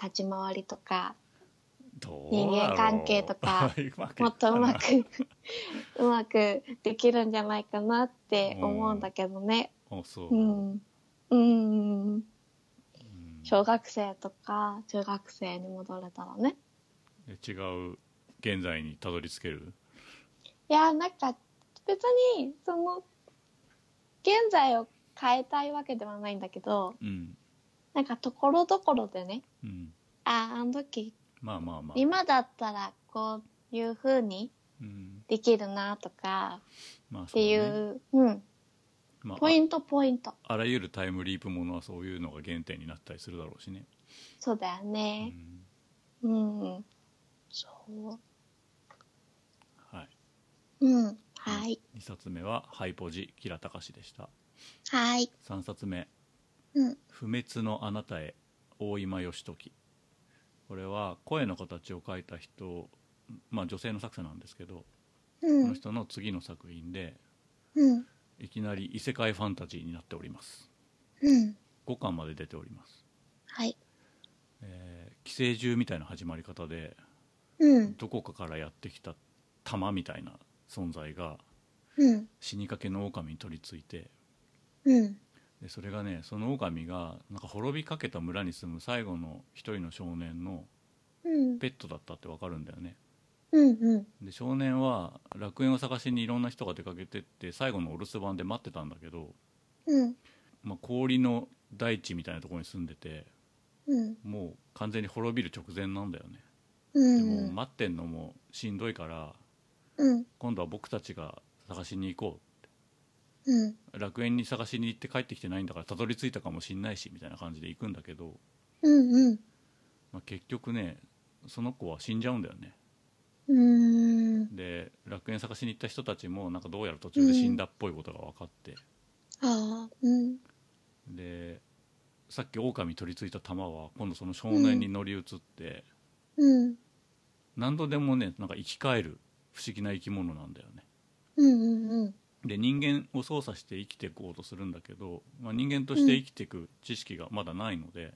[SPEAKER 1] 立ち回りとか、
[SPEAKER 2] どうだろ
[SPEAKER 1] 人間
[SPEAKER 2] う
[SPEAKER 1] 関係とか
[SPEAKER 2] うまくい
[SPEAKER 1] も
[SPEAKER 2] ったかな
[SPEAKER 1] っとうまく、 うまくできるんじゃないかなって思うんだけどね。
[SPEAKER 2] あそう、
[SPEAKER 1] うん。うん。
[SPEAKER 2] うん
[SPEAKER 1] 小学生とか中学生に戻れたらね。
[SPEAKER 2] え違う現在にたどり着ける
[SPEAKER 1] いや、なんか、別に、その、現在を変えたいわけではないんだけど、
[SPEAKER 2] うん
[SPEAKER 1] なんか、ところどころでね、
[SPEAKER 2] うん
[SPEAKER 1] ああ、あの時、
[SPEAKER 2] まあまあまあ、
[SPEAKER 1] 今だったら、こういう風に
[SPEAKER 2] うん、
[SPEAKER 1] できるな、とか、
[SPEAKER 2] まあ
[SPEAKER 1] っ
[SPEAKER 2] そう
[SPEAKER 1] てい
[SPEAKER 2] ね、
[SPEAKER 1] う、うん、
[SPEAKER 2] ま
[SPEAKER 1] ポイント、ポイント。
[SPEAKER 2] ああらゆるタイムリープものはそういうのが原点になったりするだろうしね、
[SPEAKER 1] そうだよ
[SPEAKER 2] う
[SPEAKER 1] ね。
[SPEAKER 2] ん、
[SPEAKER 1] うん。そ
[SPEAKER 2] はい、
[SPEAKER 1] う。うん。はい。
[SPEAKER 2] 2冊目は「ハイポジキラタカシ」でした
[SPEAKER 1] はい。
[SPEAKER 2] 3冊目
[SPEAKER 1] うん。
[SPEAKER 2] 「不滅のあなたへ大今義時」これは声の形を描いた人、まあ、女性の作者なんですけど、
[SPEAKER 1] う
[SPEAKER 2] この
[SPEAKER 1] ん。
[SPEAKER 2] 人の次の作品で
[SPEAKER 1] うん。
[SPEAKER 2] いきなり異世界ファンタジーになっております
[SPEAKER 1] うん。
[SPEAKER 2] 5巻まで出ております、
[SPEAKER 1] はい。
[SPEAKER 2] えー寄生獣みたいな始まり方で
[SPEAKER 1] うん。
[SPEAKER 2] どこかからやってきた玉みたいな存在が
[SPEAKER 1] うん。
[SPEAKER 2] 死にかけの狼に取り付いて
[SPEAKER 1] うん。
[SPEAKER 2] でそれがねその狼がなんか滅びかけた村に住む最後の一人の少年の
[SPEAKER 1] うん。
[SPEAKER 2] ペットだったってわかるんだよね
[SPEAKER 1] うん。うん。
[SPEAKER 2] で少年は楽園を探しにいろんな人が出かけてって最後のお留守番で待ってたんだけど、
[SPEAKER 1] うん。
[SPEAKER 2] まあ、氷の大地みたいなところに住んでて
[SPEAKER 1] うん。
[SPEAKER 2] もう完全に滅びる直前なんだよね、
[SPEAKER 1] う。
[SPEAKER 2] でもうん待ってんのもしんどいから
[SPEAKER 1] うん。
[SPEAKER 2] 今度は僕たちが探しに行こ
[SPEAKER 1] うん。
[SPEAKER 2] う楽園に探しに行って帰ってきてないんだからたどり着いたかもしんないしみたいな感じで行くんだけど、
[SPEAKER 1] うん。
[SPEAKER 2] まあ、結局ねその子は死んじゃうんだよね
[SPEAKER 1] うん。
[SPEAKER 2] で楽園探しに行った人たちもなんかどうやら途中で死んだっぽいことが分かって、
[SPEAKER 1] ああ。うん。
[SPEAKER 2] でさっき狼取り付いた玉は今度その少年に乗り移って、
[SPEAKER 1] うん。
[SPEAKER 2] 何度でもねなんか生き返る不思議な生き物なんだよね
[SPEAKER 1] うん。うん。
[SPEAKER 2] で人間を操作して生きていこうとするんだけど、まあ、人間として生きていく知識がまだないので、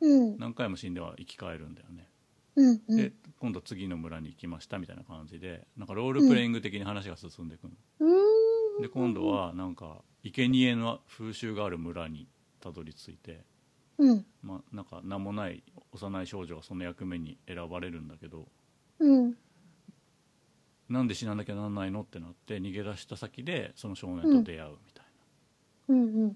[SPEAKER 1] うん。
[SPEAKER 2] 何回も死んでは生き返るんだよね、
[SPEAKER 1] うん。う
[SPEAKER 2] で
[SPEAKER 1] ん。
[SPEAKER 2] 今度次の村に行きましたみたいな感じでなんかロールプレイング的に話が進んでいくの、
[SPEAKER 1] うん。
[SPEAKER 2] で今度。はなんか生贄の風習がある村にたどり着いて、
[SPEAKER 1] うん。
[SPEAKER 2] まあ、なんか名もない幼い少女がその役目に選ばれるんだけど
[SPEAKER 1] うん。
[SPEAKER 2] なんで死ななきゃなんないのってなって逃げ出した先でその少年と出会うみたい
[SPEAKER 1] うん。うん。
[SPEAKER 2] な、うん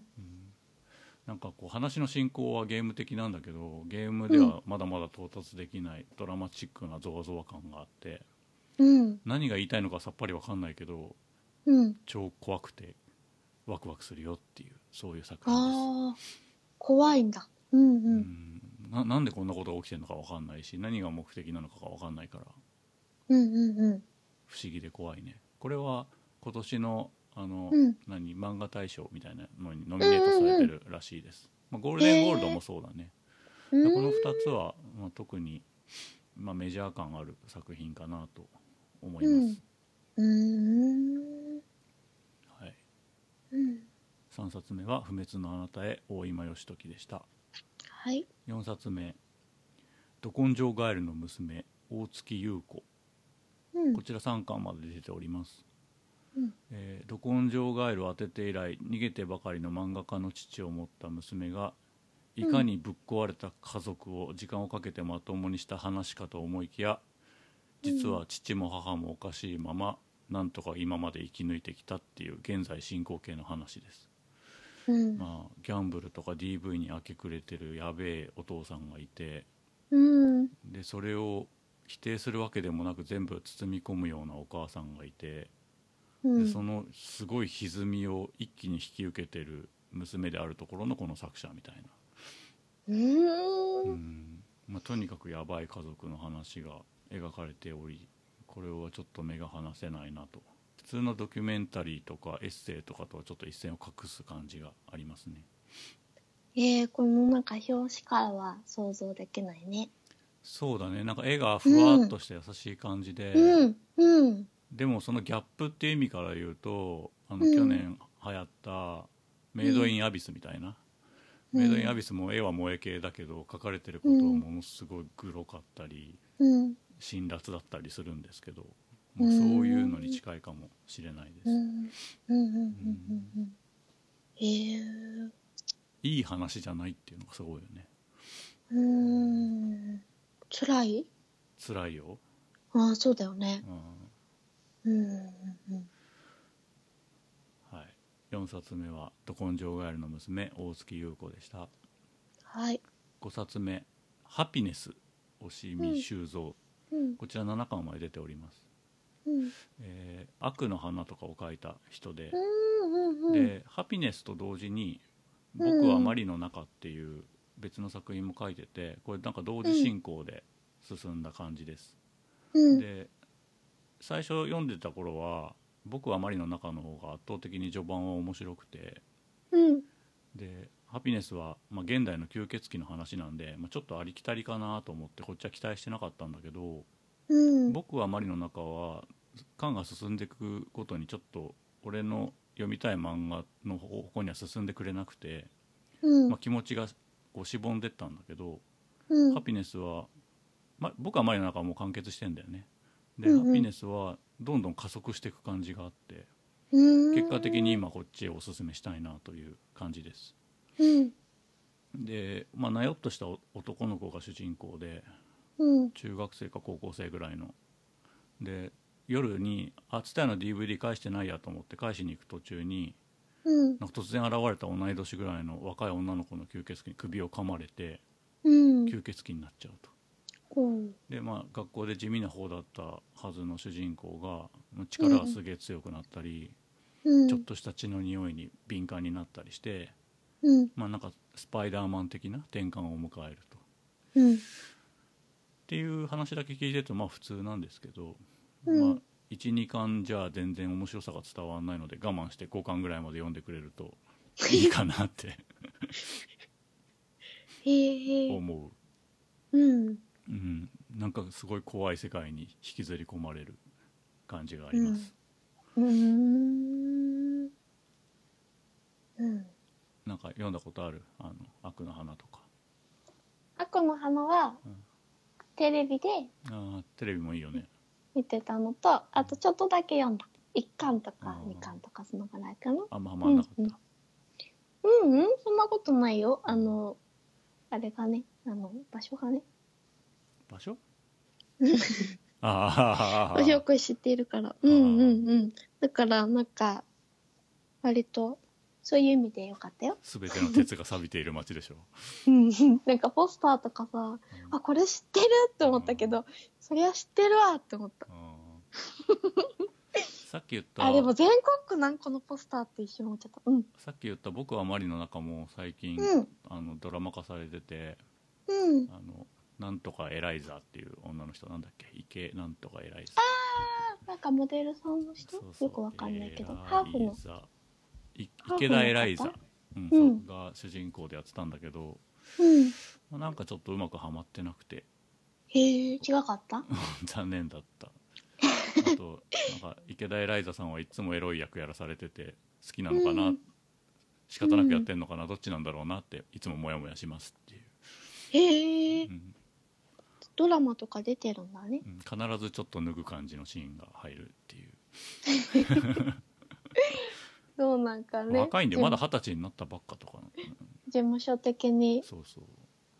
[SPEAKER 2] なんかこう話の進行はゲーム的なんだけどゲームではまだまだ到達できないドラマチックなゾワゾワ感があって
[SPEAKER 1] うん。
[SPEAKER 2] 何が言いたいのかさっぱりわかんないけど
[SPEAKER 1] うん。
[SPEAKER 2] 超怖くてワクワクするよっていうそういう作品です。
[SPEAKER 1] ああ。怖いんだ。うん。う。
[SPEAKER 2] うんんななんでこんなことが起きてるのかわかんないし何が目的なのかがわかんないから
[SPEAKER 1] うん。うん。うん。
[SPEAKER 2] 不思議で怖いねこれは今年のあの、
[SPEAKER 1] うん
[SPEAKER 2] 何漫画大賞みたいなのにノミネートされてるらしいです、まあ、ゴールデンゴールドもそうだね、
[SPEAKER 1] う
[SPEAKER 2] この
[SPEAKER 1] ん
[SPEAKER 2] 2つは、まあ、特に、まあ、メジャー感ある作品かなと思います、
[SPEAKER 1] うんうん。
[SPEAKER 2] はい、
[SPEAKER 1] うん。
[SPEAKER 2] 3冊目は「不滅のあなたへ大今義時」でした
[SPEAKER 1] はい。
[SPEAKER 2] 4冊目「ど根性ガエルの娘大月優子」
[SPEAKER 1] うん
[SPEAKER 2] こ。ちら3巻まで出ております、
[SPEAKER 1] うん
[SPEAKER 2] えーど根性ガエルを当てて以来逃げてばかりの漫画家の父を持った娘がいかにぶっ壊れた家族を時間をかけてまともにした話かと思いきや実は父も母もおかしいままなんとか今まで生き抜いてきたっていう現在進行形の話です、
[SPEAKER 1] うん。
[SPEAKER 2] まあ、ギャンブルとか DV に明け暮れてるやべえお父さんがいて
[SPEAKER 1] うん。
[SPEAKER 2] でそれを否定するわけでもなく全部包み込むようなお母さんがいて
[SPEAKER 1] うん
[SPEAKER 2] でそのすごい歪みを一気に引き受けてる娘であるところのこの作者みたいな、
[SPEAKER 1] う。
[SPEAKER 2] うんんまあ、とにかくやばい家族の話が描かれておりこれはちょっと目が離せないなと普通のドキュメンタリーとかエッセイとかとはちょっと一線を画す感じがありますね
[SPEAKER 1] ええこのなんか表紙からは想像できないね。
[SPEAKER 2] そうだねなんか絵がふわっとした優しい感じで、
[SPEAKER 1] うん。うん。
[SPEAKER 2] でもそのギャップっていう意味から言うとあの
[SPEAKER 1] うん
[SPEAKER 2] 去年流行った「メイド・イン・アビス」みたいな、
[SPEAKER 1] うん
[SPEAKER 2] メイド・イン・アビスも絵は萌え系だけど描かれてることはものすごいグロかったり
[SPEAKER 1] うん。
[SPEAKER 2] 辛辣だったりするんですけど、
[SPEAKER 1] うん
[SPEAKER 2] まあ、そういうのに近いかもしれないです、
[SPEAKER 1] うん。うん。うん。うん。ええ
[SPEAKER 2] いい話じゃないっていうのがすごいよね
[SPEAKER 1] うん。辛い
[SPEAKER 2] 辛いよ、
[SPEAKER 1] ああ、そうだよね。
[SPEAKER 2] うん
[SPEAKER 1] うん。うん。
[SPEAKER 2] はい、4冊目は「ど根性ガエルの娘大月優子」でした
[SPEAKER 1] はい。
[SPEAKER 2] 5冊目「ハピネス」押見修造、
[SPEAKER 1] うん。
[SPEAKER 2] こちら7巻まで出ております
[SPEAKER 1] うん。
[SPEAKER 2] えー悪の花とかを描いた人で、
[SPEAKER 1] うん。うん。
[SPEAKER 2] でハピネスと同時に「僕はマリの中」っていう別の作品も書いててこれなんか同時進行で進んだ感じです、
[SPEAKER 1] うん。
[SPEAKER 2] で最初読んでた頃は「僕はマリの中」の方が圧倒的に序盤は面白くて
[SPEAKER 1] うん。
[SPEAKER 2] で「ハピネスは」まあ、現代の吸血鬼の話なんで、まあ、ちょっとありきたりかなと思ってこっちは期待してなかったんだけど
[SPEAKER 1] うん。
[SPEAKER 2] 僕はマリの中は缶が進んでいくことにちょっと俺の読みたい漫画の方向には進んでくれなくて、
[SPEAKER 1] うん
[SPEAKER 2] まあ、。気持ちがこうしぼんでったんだけど
[SPEAKER 1] うん
[SPEAKER 2] ハ。ピネスは、ま、僕はマリの中はもう完結してんだよねで、
[SPEAKER 1] うんうん
[SPEAKER 2] ハピネスはどんどん加速していく感じがあって
[SPEAKER 1] うん
[SPEAKER 2] 結果的に。今こっちへおすすめしたいなという感じです
[SPEAKER 1] うん。
[SPEAKER 2] で、まあ、なよっとしたお男の子が主人公で
[SPEAKER 1] うん。
[SPEAKER 2] 中学生か高校生ぐらいので夜に「あ蔦屋の DVD 返してないや」と思って返しに行く途中に
[SPEAKER 1] うん。
[SPEAKER 2] なんか突然現れた同い年ぐらいの若い女の子の吸血鬼に首を噛まれて
[SPEAKER 1] うん。
[SPEAKER 2] 吸血鬼になっちゃうと。
[SPEAKER 1] うん。
[SPEAKER 2] でまあ、学校で地味な方だったはずの主人公がまあ力がすげえ強くなったり、
[SPEAKER 1] うん。
[SPEAKER 2] ちょっとした血の匂いに敏感になったりして、
[SPEAKER 1] うん。
[SPEAKER 2] まあ、なんかスパイダーマン的な転換を迎えると。
[SPEAKER 1] うん。
[SPEAKER 2] っていう話だけ聞いてるとまあ普通なんですけど、
[SPEAKER 1] うん
[SPEAKER 2] まあ12巻じゃ全然面白さが伝わらないので我慢して5巻ぐらいまで読んでくれ るといいかなって
[SPEAKER 1] へえ。
[SPEAKER 2] 思
[SPEAKER 1] うん。
[SPEAKER 2] う、うん、なんかすごい怖い世界に引きずり込まれる感じがあります、
[SPEAKER 1] うーん。うん。
[SPEAKER 2] なんか読んだことある「あの悪の花」とか
[SPEAKER 1] 赤の花は
[SPEAKER 2] うん、
[SPEAKER 1] テレビで
[SPEAKER 2] あーテレビもいいよね
[SPEAKER 1] 見てたのと、あとちょっとだけ読んだ。1巻とか
[SPEAKER 2] うん
[SPEAKER 1] 2巻とかそのぐらいかな。
[SPEAKER 2] あんまハマんなかった、
[SPEAKER 1] うんうんうんうん、そんなことないよ。あの、あれがね、あの、場所がね、
[SPEAKER 2] 場所あーあーあーあー
[SPEAKER 1] よく知っているから。うんうんうん。だから、なんか、割と、そういう意味でよかったよ。
[SPEAKER 2] 全ての鉄が錆びている街でしょ、
[SPEAKER 1] うんうん。なんかポスターとかさ、
[SPEAKER 2] うん
[SPEAKER 1] あ、これ知ってるって思ったけど、そりゃ知ってるわって思った。
[SPEAKER 2] うん さっき言った
[SPEAKER 1] あ、でも全国区なんこのポスターって一瞬思っちゃった。うん。
[SPEAKER 2] さっき言った「僕はマリの中」も最近、
[SPEAKER 1] うん。
[SPEAKER 2] あのドラマ化されてて
[SPEAKER 1] うん。
[SPEAKER 2] あのなんとかエライザっていう女の人なんだっけ池なんとかエライザ
[SPEAKER 1] なんかモデルさんの人
[SPEAKER 2] そうそう
[SPEAKER 1] よくわかんないけど、
[SPEAKER 2] エライザ
[SPEAKER 1] ハーフの。
[SPEAKER 2] い
[SPEAKER 1] ハーフの方
[SPEAKER 2] 池田エライザ、うん
[SPEAKER 1] うん
[SPEAKER 2] そうが主人公でやってたんだけど、
[SPEAKER 1] うん。
[SPEAKER 2] まあなんかちょっとうまくはまってなくて
[SPEAKER 1] へえ、違かった
[SPEAKER 2] 残念だったあとなんか池田エライザさんはいつもエロい役やらされてて好きなのかな、
[SPEAKER 1] うん
[SPEAKER 2] 仕方なくやってんのかな、どっちなんだろうなっていつもモヤモヤしますっていう。
[SPEAKER 1] へえ
[SPEAKER 2] う、ん
[SPEAKER 1] ドラマとか出てるんだね。
[SPEAKER 2] うん必ずちょっと脱ぐ感じのシーンが入るっていう、
[SPEAKER 1] そうなんかね。
[SPEAKER 2] 若いんで
[SPEAKER 1] 事務
[SPEAKER 2] まだ二十歳になったばっかとかな、うん
[SPEAKER 1] 事務所的に
[SPEAKER 2] そうそう、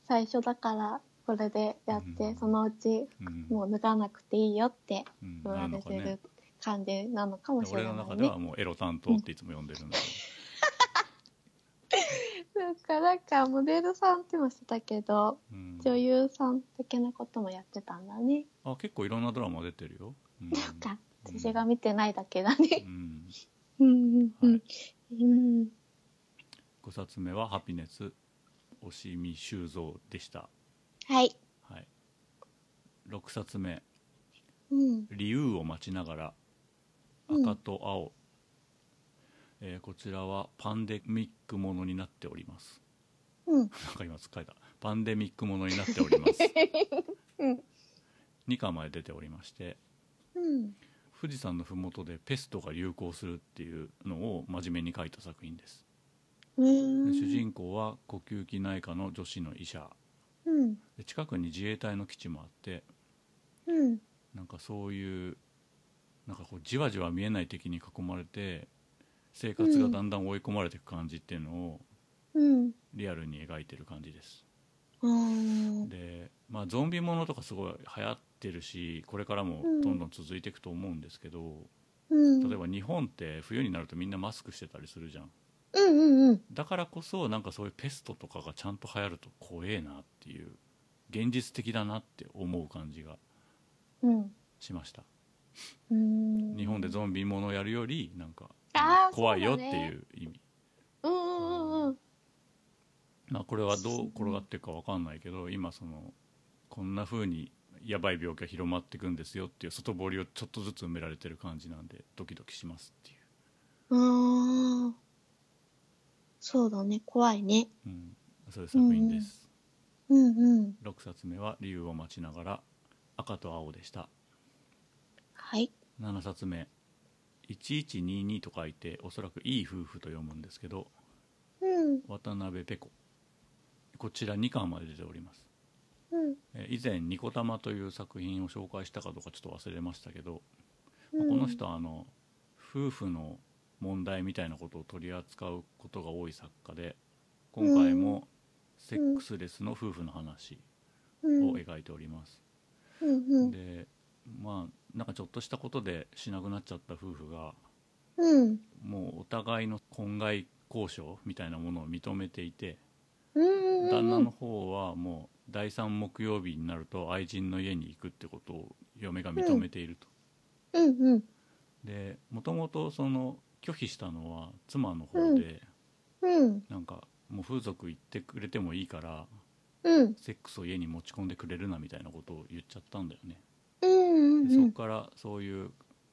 [SPEAKER 1] 最初だから、これでやって、
[SPEAKER 2] うん
[SPEAKER 1] そのうち、
[SPEAKER 2] うん
[SPEAKER 1] もう脱がなくていいよって
[SPEAKER 2] うん
[SPEAKER 1] 言
[SPEAKER 2] な
[SPEAKER 1] わ
[SPEAKER 2] ん
[SPEAKER 1] れ
[SPEAKER 2] のか
[SPEAKER 1] て
[SPEAKER 2] ね
[SPEAKER 1] る感じなのかもしれ
[SPEAKER 2] 俺
[SPEAKER 1] な
[SPEAKER 2] の
[SPEAKER 1] い
[SPEAKER 2] 中で
[SPEAKER 1] ね
[SPEAKER 2] は。もうエロ担当っていつも呼んでるんだ
[SPEAKER 1] なんか、なんか、モデルさんってもしてたけど、
[SPEAKER 2] けど、うん
[SPEAKER 1] 女優さん的なこともやってたんだね。
[SPEAKER 2] あ結構いろんなドラマ出てるよ、うん
[SPEAKER 1] なんか、私が見てないだけだね。
[SPEAKER 2] うん、
[SPEAKER 1] うんうんう
[SPEAKER 2] は
[SPEAKER 1] ん
[SPEAKER 2] い。
[SPEAKER 1] うん。
[SPEAKER 2] 5冊目は「ハピネス」押見修造でした、
[SPEAKER 1] はい。
[SPEAKER 2] はい、6冊目
[SPEAKER 1] うん
[SPEAKER 2] 「理由を待ちながら
[SPEAKER 1] うん
[SPEAKER 2] 赤と青」えーこちらはパンデミックものになっております
[SPEAKER 1] うん
[SPEAKER 2] なんか今使えたパンデミックものになってお ります
[SPEAKER 1] うん
[SPEAKER 2] 2巻まで出ておりまして
[SPEAKER 1] うん
[SPEAKER 2] 富士山の麓でペストが流行するっていうのを真面目に書いた作品です、で
[SPEAKER 1] うん
[SPEAKER 2] 主人公は呼吸器内科の女子の医者
[SPEAKER 1] うん
[SPEAKER 2] で近くに自衛隊の基地もあって
[SPEAKER 1] うん
[SPEAKER 2] なんかそういうなんかこうじわじわ見えない敵に囲まれて生活がだんだん追い込まれていく感じっていうのを
[SPEAKER 1] うん
[SPEAKER 2] リアルに描いてる感じです
[SPEAKER 1] うん
[SPEAKER 2] で、まあ、ゾンビものとかすごい流行ってるしこれからもどんどん続いていくと思うんですけど、
[SPEAKER 1] うん
[SPEAKER 2] 例えば日本って冬になるとみんなマスクしてたりするじゃん
[SPEAKER 1] うんうんうん
[SPEAKER 2] だからこそなんかそういうペストとかがちゃんと流行ると怖えなっていう現実的だなって思う感じが
[SPEAKER 1] うん
[SPEAKER 2] しました
[SPEAKER 1] うん
[SPEAKER 2] 日本でゾンビものやるよりなんか
[SPEAKER 1] あー
[SPEAKER 2] 怖いよって
[SPEAKER 1] そうだね
[SPEAKER 2] いう意味
[SPEAKER 1] うんうんうん
[SPEAKER 2] まあ、これはどう転がっていくか分かんないけど今そのこんな風にやばい病気が広まっていくんですよっていう外堀をちょっとずつ埋められてる感じなんでドキドキしますっていう
[SPEAKER 1] うんあーそうだね、怖いね。
[SPEAKER 2] うん、そういう作品です、
[SPEAKER 1] うんうん。
[SPEAKER 2] 6冊目は「理由を待ちながら」「赤と青」でした
[SPEAKER 1] はい。
[SPEAKER 2] 7冊目「1122」と書いておそらく「いい夫婦」と読むんですけど
[SPEAKER 1] うん、
[SPEAKER 2] 渡辺ペコこちら2巻まで出ております
[SPEAKER 1] うん、
[SPEAKER 2] えー以前「ニコ玉」という作品を紹介したかどうかちょっと忘れましたけど、
[SPEAKER 1] うん。
[SPEAKER 2] この人はあの夫婦の問題みたいなことを取り扱うことが多い作家で今回もセックスレスの夫婦の話
[SPEAKER 1] うん、う
[SPEAKER 2] を
[SPEAKER 1] ん、
[SPEAKER 2] 描いております、
[SPEAKER 1] うん、
[SPEAKER 2] でまあなんかちょっとしたことでしなくなっちゃった夫婦が
[SPEAKER 1] うん、
[SPEAKER 2] もうお互いの婚外交渉みたいなものを認めていて
[SPEAKER 1] うん、
[SPEAKER 2] 旦那の方はもう第3木曜日になると愛人の家に行くってことを嫁が認めていると、
[SPEAKER 1] うん、うん、
[SPEAKER 2] でもともとその拒否したのは妻の方で、
[SPEAKER 1] うん、
[SPEAKER 2] なんかもう風俗行ってくれてもいいから
[SPEAKER 1] うん、
[SPEAKER 2] セックスを家に持ち込んでくれるなみたいなことを言っちゃったんだよね、
[SPEAKER 1] うん、う
[SPEAKER 2] でそ
[SPEAKER 1] ん
[SPEAKER 2] こ、からそういう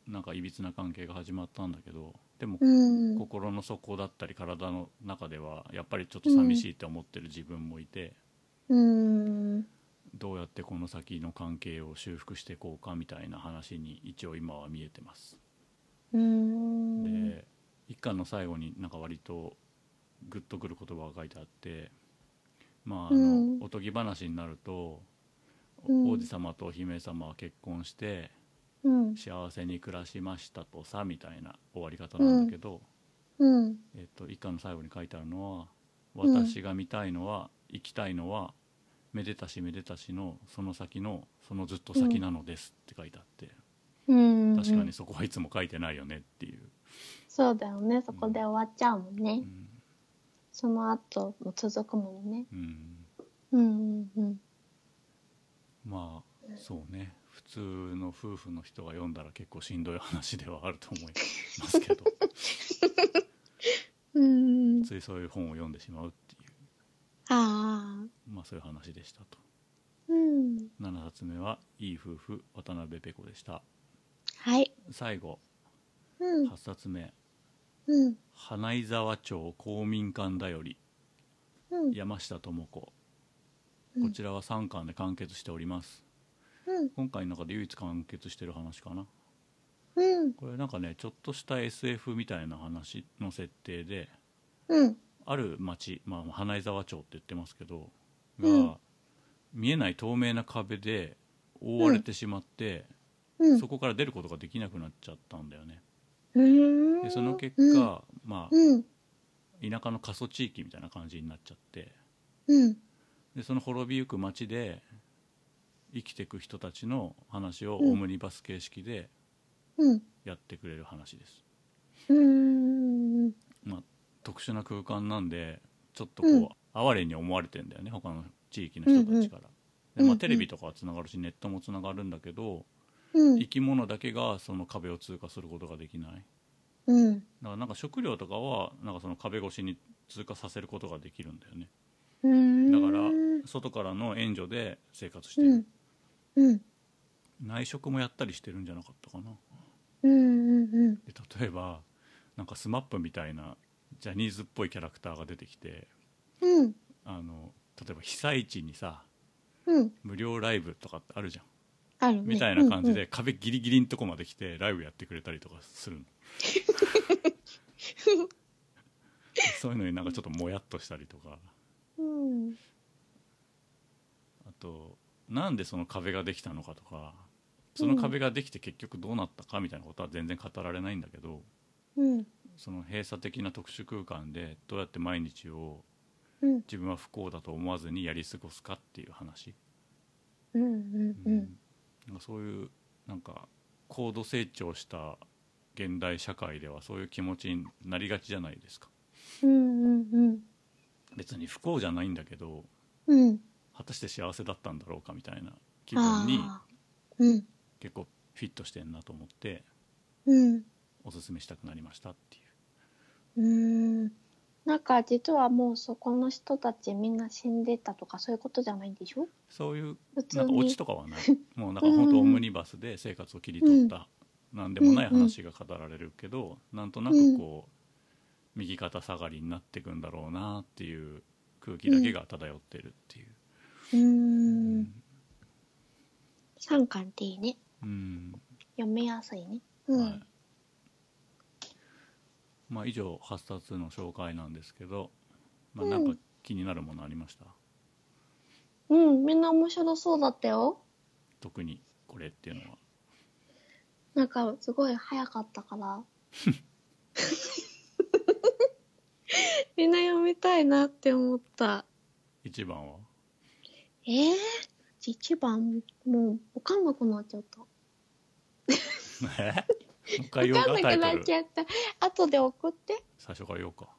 [SPEAKER 2] なんかいびつな関係が始まったんだけどでも
[SPEAKER 1] うん、
[SPEAKER 2] 心の底だったり体の中ではやっぱりちょっと寂しいって思ってる自分もいて、
[SPEAKER 1] うん、
[SPEAKER 2] どうやってこの先の関係を修復していこうかみたいな話に一応今は見えてます、
[SPEAKER 1] うん、
[SPEAKER 2] で一巻の最後になんか割とグッとくる言葉が書いてあってまああの、
[SPEAKER 1] うん
[SPEAKER 2] おとぎ話になると、
[SPEAKER 1] うん
[SPEAKER 2] 王子様とお姫様は結婚して
[SPEAKER 1] うん、
[SPEAKER 2] 幸せに暮らしましたとさみたいな終わり方なんだけど、
[SPEAKER 1] うん、
[SPEAKER 2] えっと、一巻の最後に書いてあるのは「
[SPEAKER 1] うん
[SPEAKER 2] 私が見たいのは、行きたいのはめでたしめでたしのその先のそのずっと先なのです」って書いてあって、
[SPEAKER 1] うん、
[SPEAKER 2] 確かにそこはいつも書いてないよねっていう、
[SPEAKER 1] そうだよね、そこで終わっちゃうもん
[SPEAKER 2] う
[SPEAKER 1] ね。
[SPEAKER 2] ん
[SPEAKER 1] その後も続くもんね。
[SPEAKER 2] うん
[SPEAKER 1] うん、うん、
[SPEAKER 2] まあそうね普通の夫婦の人が読んだら結構しんどい話ではあると思いますけど
[SPEAKER 1] うん。うん、
[SPEAKER 2] ついそういう本を読んでしまうっていう、
[SPEAKER 1] ああ、
[SPEAKER 2] まあ、そういう話でしたと
[SPEAKER 1] うん、
[SPEAKER 2] 7冊目は「いい夫婦渡辺ペコ」でした
[SPEAKER 1] はい、
[SPEAKER 2] 最後
[SPEAKER 1] うん
[SPEAKER 2] 8、冊目
[SPEAKER 1] うん、
[SPEAKER 2] 花井沢町公民館だより
[SPEAKER 1] うん、
[SPEAKER 2] 山下智子
[SPEAKER 1] うん
[SPEAKER 2] こちらは3巻で完結しております、
[SPEAKER 1] うん、
[SPEAKER 2] 今回の中で唯一完結してる話かな
[SPEAKER 1] うん、
[SPEAKER 2] これなんかねちょっとした SF みたいな話の設定で
[SPEAKER 1] うん、
[SPEAKER 2] ある町、まあ、花井沢町って言ってますけどが、
[SPEAKER 1] うん
[SPEAKER 2] 見えない透明な壁で覆われてしまって、
[SPEAKER 1] うん
[SPEAKER 2] そ。こから出ることができなくなっちゃったんだよね
[SPEAKER 1] で
[SPEAKER 2] でその結果、まあ
[SPEAKER 1] うん、うん、
[SPEAKER 2] 田舎の過疎地域みたいな感じになっちゃって
[SPEAKER 1] うん、
[SPEAKER 2] でその滅びゆく町で生きていく人たちの話をオムニバス形式で
[SPEAKER 1] うん、
[SPEAKER 2] やってくれる話です、
[SPEAKER 1] うん、
[SPEAKER 2] まあ、特殊な空間なんでちょっとこう、
[SPEAKER 1] うん
[SPEAKER 2] 哀れに思われてんだよね他の地域の人たちか
[SPEAKER 1] うんうん
[SPEAKER 2] ら、で
[SPEAKER 1] う
[SPEAKER 2] まあ、
[SPEAKER 1] ん
[SPEAKER 2] テレビとかはつながるしネットもつながるんだけど、
[SPEAKER 1] うん
[SPEAKER 2] 生、き物だけがその壁を通過することができないだ
[SPEAKER 1] うん、
[SPEAKER 2] からなんか食料とかはなんかその壁越しに通過させることができるんだよね
[SPEAKER 1] うん、
[SPEAKER 2] だから外からの援助で生活して
[SPEAKER 1] う
[SPEAKER 2] る、
[SPEAKER 1] ん、うん、
[SPEAKER 2] 内職もやったりしてるんじゃなかったかな
[SPEAKER 1] うん、うん、
[SPEAKER 2] で例えばなんか SMAP みたいなジャニーズっぽいキャラクターが出てきて
[SPEAKER 1] うん、
[SPEAKER 2] あの例えば被災地にさ
[SPEAKER 1] うん、
[SPEAKER 2] 無料ライブとかってあるじゃん
[SPEAKER 1] あるね。
[SPEAKER 2] みたいな感じで壁ギリギリのとこまで来てライブやってくれたりとかするのそういうのになんかちょっともやっとしたりとか
[SPEAKER 1] うん、うん、
[SPEAKER 2] あとなんでその壁ができたのかとかその壁ができて結局どうなったかみたいなことは全然語られないんだけど
[SPEAKER 1] うん、
[SPEAKER 2] その閉鎖的な特殊空間でどうやって毎日を
[SPEAKER 1] うん、
[SPEAKER 2] 自分は不幸だと思わずにやり過ごすかっていう話、
[SPEAKER 1] うん、うん、うん、
[SPEAKER 2] なんかそういうなんか高度成長した現代社会ではそういう気持ちになりがちじゃないですか
[SPEAKER 1] うん、うん、
[SPEAKER 2] 別に不幸じゃないんだけど
[SPEAKER 1] うん、
[SPEAKER 2] 果たして幸せだったんだろうかみたいな気分に
[SPEAKER 1] うん、
[SPEAKER 2] 結構フィットしてんなと思って
[SPEAKER 1] うん、
[SPEAKER 2] おすすめしたくなりましたっていう
[SPEAKER 1] うん。なんか実はもうそこの人たちみんな死んでたとかそういうことじゃないんでしょ
[SPEAKER 2] そういう
[SPEAKER 1] 普通
[SPEAKER 2] なんか
[SPEAKER 1] に。
[SPEAKER 2] オチとかはないもうなんか本当オムニバスで生活を切り取った、なんでもない話が語られるけど、なんとなくこう、右肩下がりになっていくんだろうなっていう空気だけが漂ってるっていう、
[SPEAKER 1] う
[SPEAKER 2] うんん
[SPEAKER 1] 3巻っていいね
[SPEAKER 2] うん
[SPEAKER 1] 読みやすいねうん、
[SPEAKER 2] はいまあ、以上8冊の紹介なんですけど、まあ、
[SPEAKER 1] うん
[SPEAKER 2] なんか気になるものありました、
[SPEAKER 1] うんみんな面白そうだったよ
[SPEAKER 2] 特にこれっていうのは
[SPEAKER 1] なんかすごい早かったから みんな読みたいなって思った
[SPEAKER 2] 一 番は
[SPEAKER 1] えー、一番もう分かんなくなっちゃった
[SPEAKER 2] えもう一回
[SPEAKER 1] 分
[SPEAKER 2] 言おう
[SPEAKER 1] か
[SPEAKER 2] か
[SPEAKER 1] んなく
[SPEAKER 2] タイ
[SPEAKER 1] な
[SPEAKER 2] ト
[SPEAKER 1] っ
[SPEAKER 2] ル
[SPEAKER 1] ちゃった後で送って
[SPEAKER 2] 最初から言おうか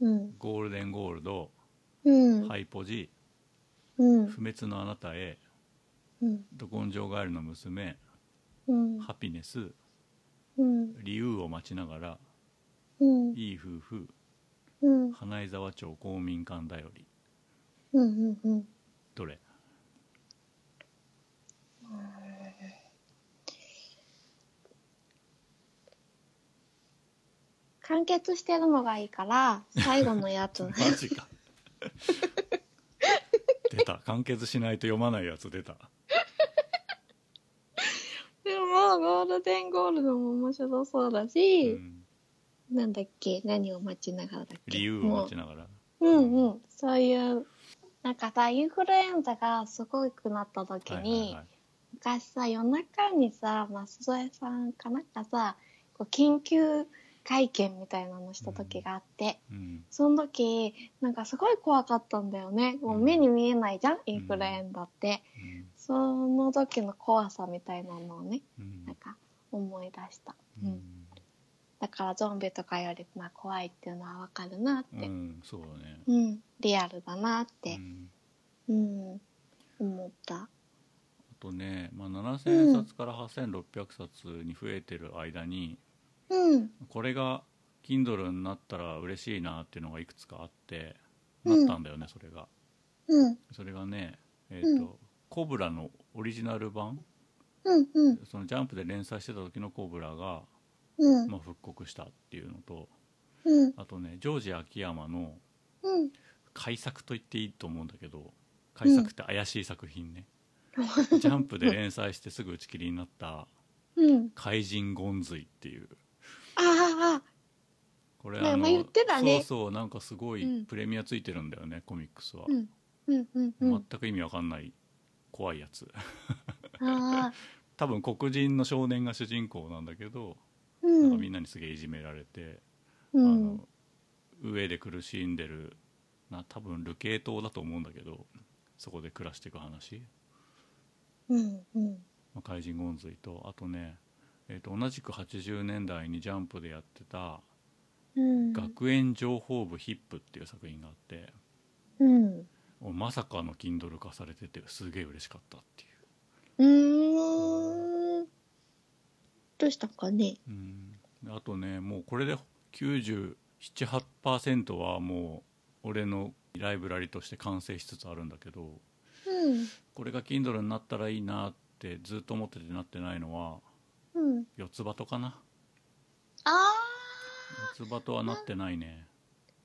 [SPEAKER 1] うん
[SPEAKER 2] ゴールデンゴールド
[SPEAKER 1] うん、
[SPEAKER 2] ハイポジ
[SPEAKER 1] うん
[SPEAKER 2] 不滅のあなたへ
[SPEAKER 1] うん
[SPEAKER 2] ど根性ガエルの娘
[SPEAKER 1] うん
[SPEAKER 2] ハピネス
[SPEAKER 1] うん
[SPEAKER 2] 理由を待ちながら
[SPEAKER 1] うん
[SPEAKER 2] いい夫婦
[SPEAKER 1] うん
[SPEAKER 2] 花井沢町公民館だより
[SPEAKER 1] うんうん
[SPEAKER 2] どれ
[SPEAKER 1] 完結してるのがいいから最後のや つ
[SPEAKER 2] マジか出た完結しないと読まないやつ出た
[SPEAKER 1] でもゴールデンゴールドも面白そうだ
[SPEAKER 2] う
[SPEAKER 1] し、
[SPEAKER 2] ん
[SPEAKER 1] なんだっけ何を待ちながらだっけ
[SPEAKER 2] 理由を待ちながら
[SPEAKER 1] もううんうんそういうなんかさインフルエンザがすごくなった時に、
[SPEAKER 2] はいはいはい
[SPEAKER 1] 昔さ夜中にさ舛添さんかなんかさこう緊急会見みたいなのした時があって、
[SPEAKER 2] うん
[SPEAKER 1] その時なんかすごい怖かったんだよねもう
[SPEAKER 2] うん
[SPEAKER 1] 目に見えないじゃん、インフルエンザって
[SPEAKER 2] うん
[SPEAKER 1] その時の怖さみたいなのをね
[SPEAKER 2] うん
[SPEAKER 1] なんか思い出した、
[SPEAKER 2] う
[SPEAKER 1] うんん、だからゾンビとかよりまあ怖いっていうのはわかるなっ
[SPEAKER 2] う
[SPEAKER 1] て、
[SPEAKER 2] んそうだね
[SPEAKER 1] うんリアルだなっ
[SPEAKER 2] う
[SPEAKER 1] て、
[SPEAKER 2] ん
[SPEAKER 1] うん思った
[SPEAKER 2] あとね、まあ、7,000冊から8,600冊に増えてる間に、
[SPEAKER 1] うん
[SPEAKER 2] これが Kindle になったら嬉しいなっていうのがいくつかあって
[SPEAKER 1] う
[SPEAKER 2] なんったんだよね、それが
[SPEAKER 1] うん
[SPEAKER 2] それがねえっ、
[SPEAKER 1] う
[SPEAKER 2] と、
[SPEAKER 1] ん
[SPEAKER 2] コブラのオリジナル版
[SPEAKER 1] うんうん
[SPEAKER 2] そのジャンプで連載してた時のコブラが、
[SPEAKER 1] うん
[SPEAKER 2] まあ、復刻したっていうのと
[SPEAKER 1] うん
[SPEAKER 2] あとねジョージ秋山の
[SPEAKER 1] うん
[SPEAKER 2] 改作と言っていいと思うんだけど改作って怪しい作品ね、ジャンプで連載してすぐ打ち切りになった
[SPEAKER 1] うん
[SPEAKER 2] 「怪人ゴンズイ」っていう
[SPEAKER 1] ああ
[SPEAKER 2] これ
[SPEAKER 1] まあ
[SPEAKER 2] あの
[SPEAKER 1] まあ言ってたね
[SPEAKER 2] そうそうなんかすご
[SPEAKER 1] う
[SPEAKER 2] い
[SPEAKER 1] ん
[SPEAKER 2] プレミアついてるんだよね、コミックスは、
[SPEAKER 1] うんうんうんうん
[SPEAKER 2] 全く意味わかんない怖いやつ
[SPEAKER 1] ああ
[SPEAKER 2] 多分黒人の少年が主人公なんだけど、
[SPEAKER 1] う
[SPEAKER 2] なんかみん
[SPEAKER 1] ん
[SPEAKER 2] なにすげえいじめられて、
[SPEAKER 1] う
[SPEAKER 2] あ
[SPEAKER 1] ん
[SPEAKER 2] の上で苦しんでるな多分流刑島だと思うんだけどそこで暮らしていく話、
[SPEAKER 1] うんうん
[SPEAKER 2] まあ、怪人ゴンズイとあとね、えー、と同じく80年代にジャンプでやってた
[SPEAKER 1] うん
[SPEAKER 2] 「学園情報部ヒップ」っていう作品があって。
[SPEAKER 1] うん
[SPEAKER 2] まさかの Kindle 化されててすげえ嬉しかったっていう
[SPEAKER 1] ーんどうしたんかね
[SPEAKER 2] う、うん、あとねもうこれで978%はもう俺のライブラリとして完成しつつあるんだけ
[SPEAKER 1] う
[SPEAKER 2] ど
[SPEAKER 1] ん
[SPEAKER 2] これが Kindle になったらいいなってずっと思っててなってないのは
[SPEAKER 1] うん
[SPEAKER 2] 四つ葉とかな
[SPEAKER 1] あ
[SPEAKER 2] 四つ葉とはなってないね
[SPEAKER 1] あ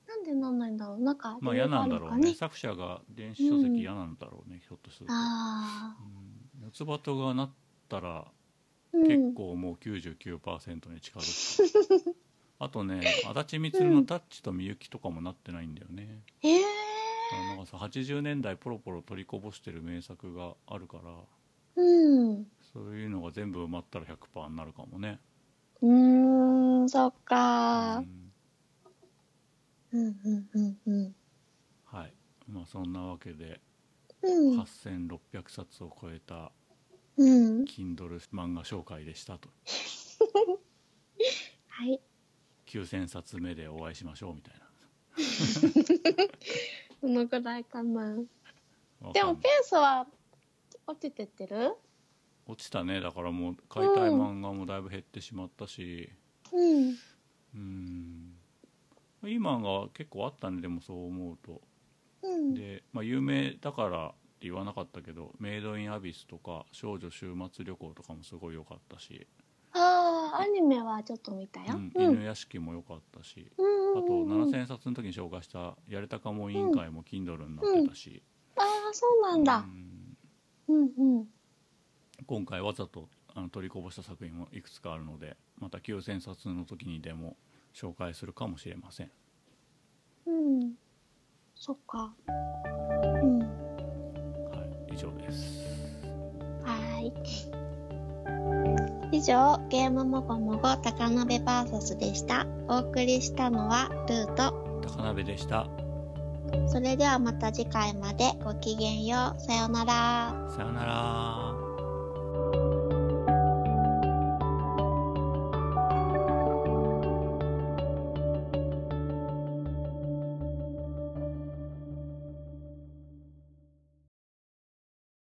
[SPEAKER 1] なんでなんないんだろうなんか
[SPEAKER 2] まあ
[SPEAKER 1] 理
[SPEAKER 2] 嫌
[SPEAKER 1] 由が
[SPEAKER 2] な
[SPEAKER 1] あ
[SPEAKER 2] ん
[SPEAKER 1] る
[SPEAKER 2] だ
[SPEAKER 1] の
[SPEAKER 2] ろ
[SPEAKER 1] か
[SPEAKER 2] うね作者が電子書籍嫌なんだろうね、ひょっとすると、
[SPEAKER 1] ああ
[SPEAKER 2] うん、四つ葉とがなったら
[SPEAKER 1] うん
[SPEAKER 2] 結構もう99%に近づく あとね足立光の「タッチとみゆき」とかもなってないんだよね、
[SPEAKER 1] へえ
[SPEAKER 2] あのなんかさ80年代ポロポロ取りこぼしてる名作があるから
[SPEAKER 1] うん
[SPEAKER 2] そういうのが全部埋まったら100%になるかもね
[SPEAKER 1] うーんそっ
[SPEAKER 2] う
[SPEAKER 1] か
[SPEAKER 2] ん
[SPEAKER 1] うんうんうんうん
[SPEAKER 2] はいまあそんなわけで
[SPEAKER 1] うん
[SPEAKER 2] 8600冊を超えた
[SPEAKER 1] うん
[SPEAKER 2] Kindle 漫画紹介でしたと
[SPEAKER 1] はい
[SPEAKER 2] 9000冊目でお会いしましょうみたい
[SPEAKER 1] そのぐらいかな
[SPEAKER 2] なわ
[SPEAKER 1] で
[SPEAKER 2] か
[SPEAKER 1] も
[SPEAKER 2] んない
[SPEAKER 1] ペースは落ちてってる
[SPEAKER 2] 落ちたねだからもう買いたい漫画もだいぶ減ってしまったし、
[SPEAKER 1] うん
[SPEAKER 2] うんいい漫画は結構あったねでもそう思うと、
[SPEAKER 1] うん
[SPEAKER 2] で、まあ、有名だからって言わなかったけど「メイド・イン・アビス」とか「少女終末旅行」とかもすごい良かったし、
[SPEAKER 1] ああアニメはちょっと見た
[SPEAKER 2] う
[SPEAKER 1] よ
[SPEAKER 2] ん
[SPEAKER 1] うん
[SPEAKER 2] 犬屋敷も良かったし、
[SPEAKER 1] うん
[SPEAKER 2] あと
[SPEAKER 1] うんうんうん
[SPEAKER 2] 7000冊の時に紹介した「やれたかも委員会」も Kindle になってたし、
[SPEAKER 1] ああそうなん
[SPEAKER 2] う
[SPEAKER 1] だ。
[SPEAKER 2] ん
[SPEAKER 1] うんうん。
[SPEAKER 2] 今回わざとあの取りこぼした作品もいくつかあるのでまた9000冊の時にでも紹介するかもしれません
[SPEAKER 1] うん。そっか。うん。は
[SPEAKER 2] はい以上です
[SPEAKER 1] ーい。以上、ゲームもごもご高鍋バーサスでした。お送りしたのはルート。
[SPEAKER 2] 高鍋でした
[SPEAKER 1] それではまた次回までごきげんよう。さようなら。
[SPEAKER 2] さよなら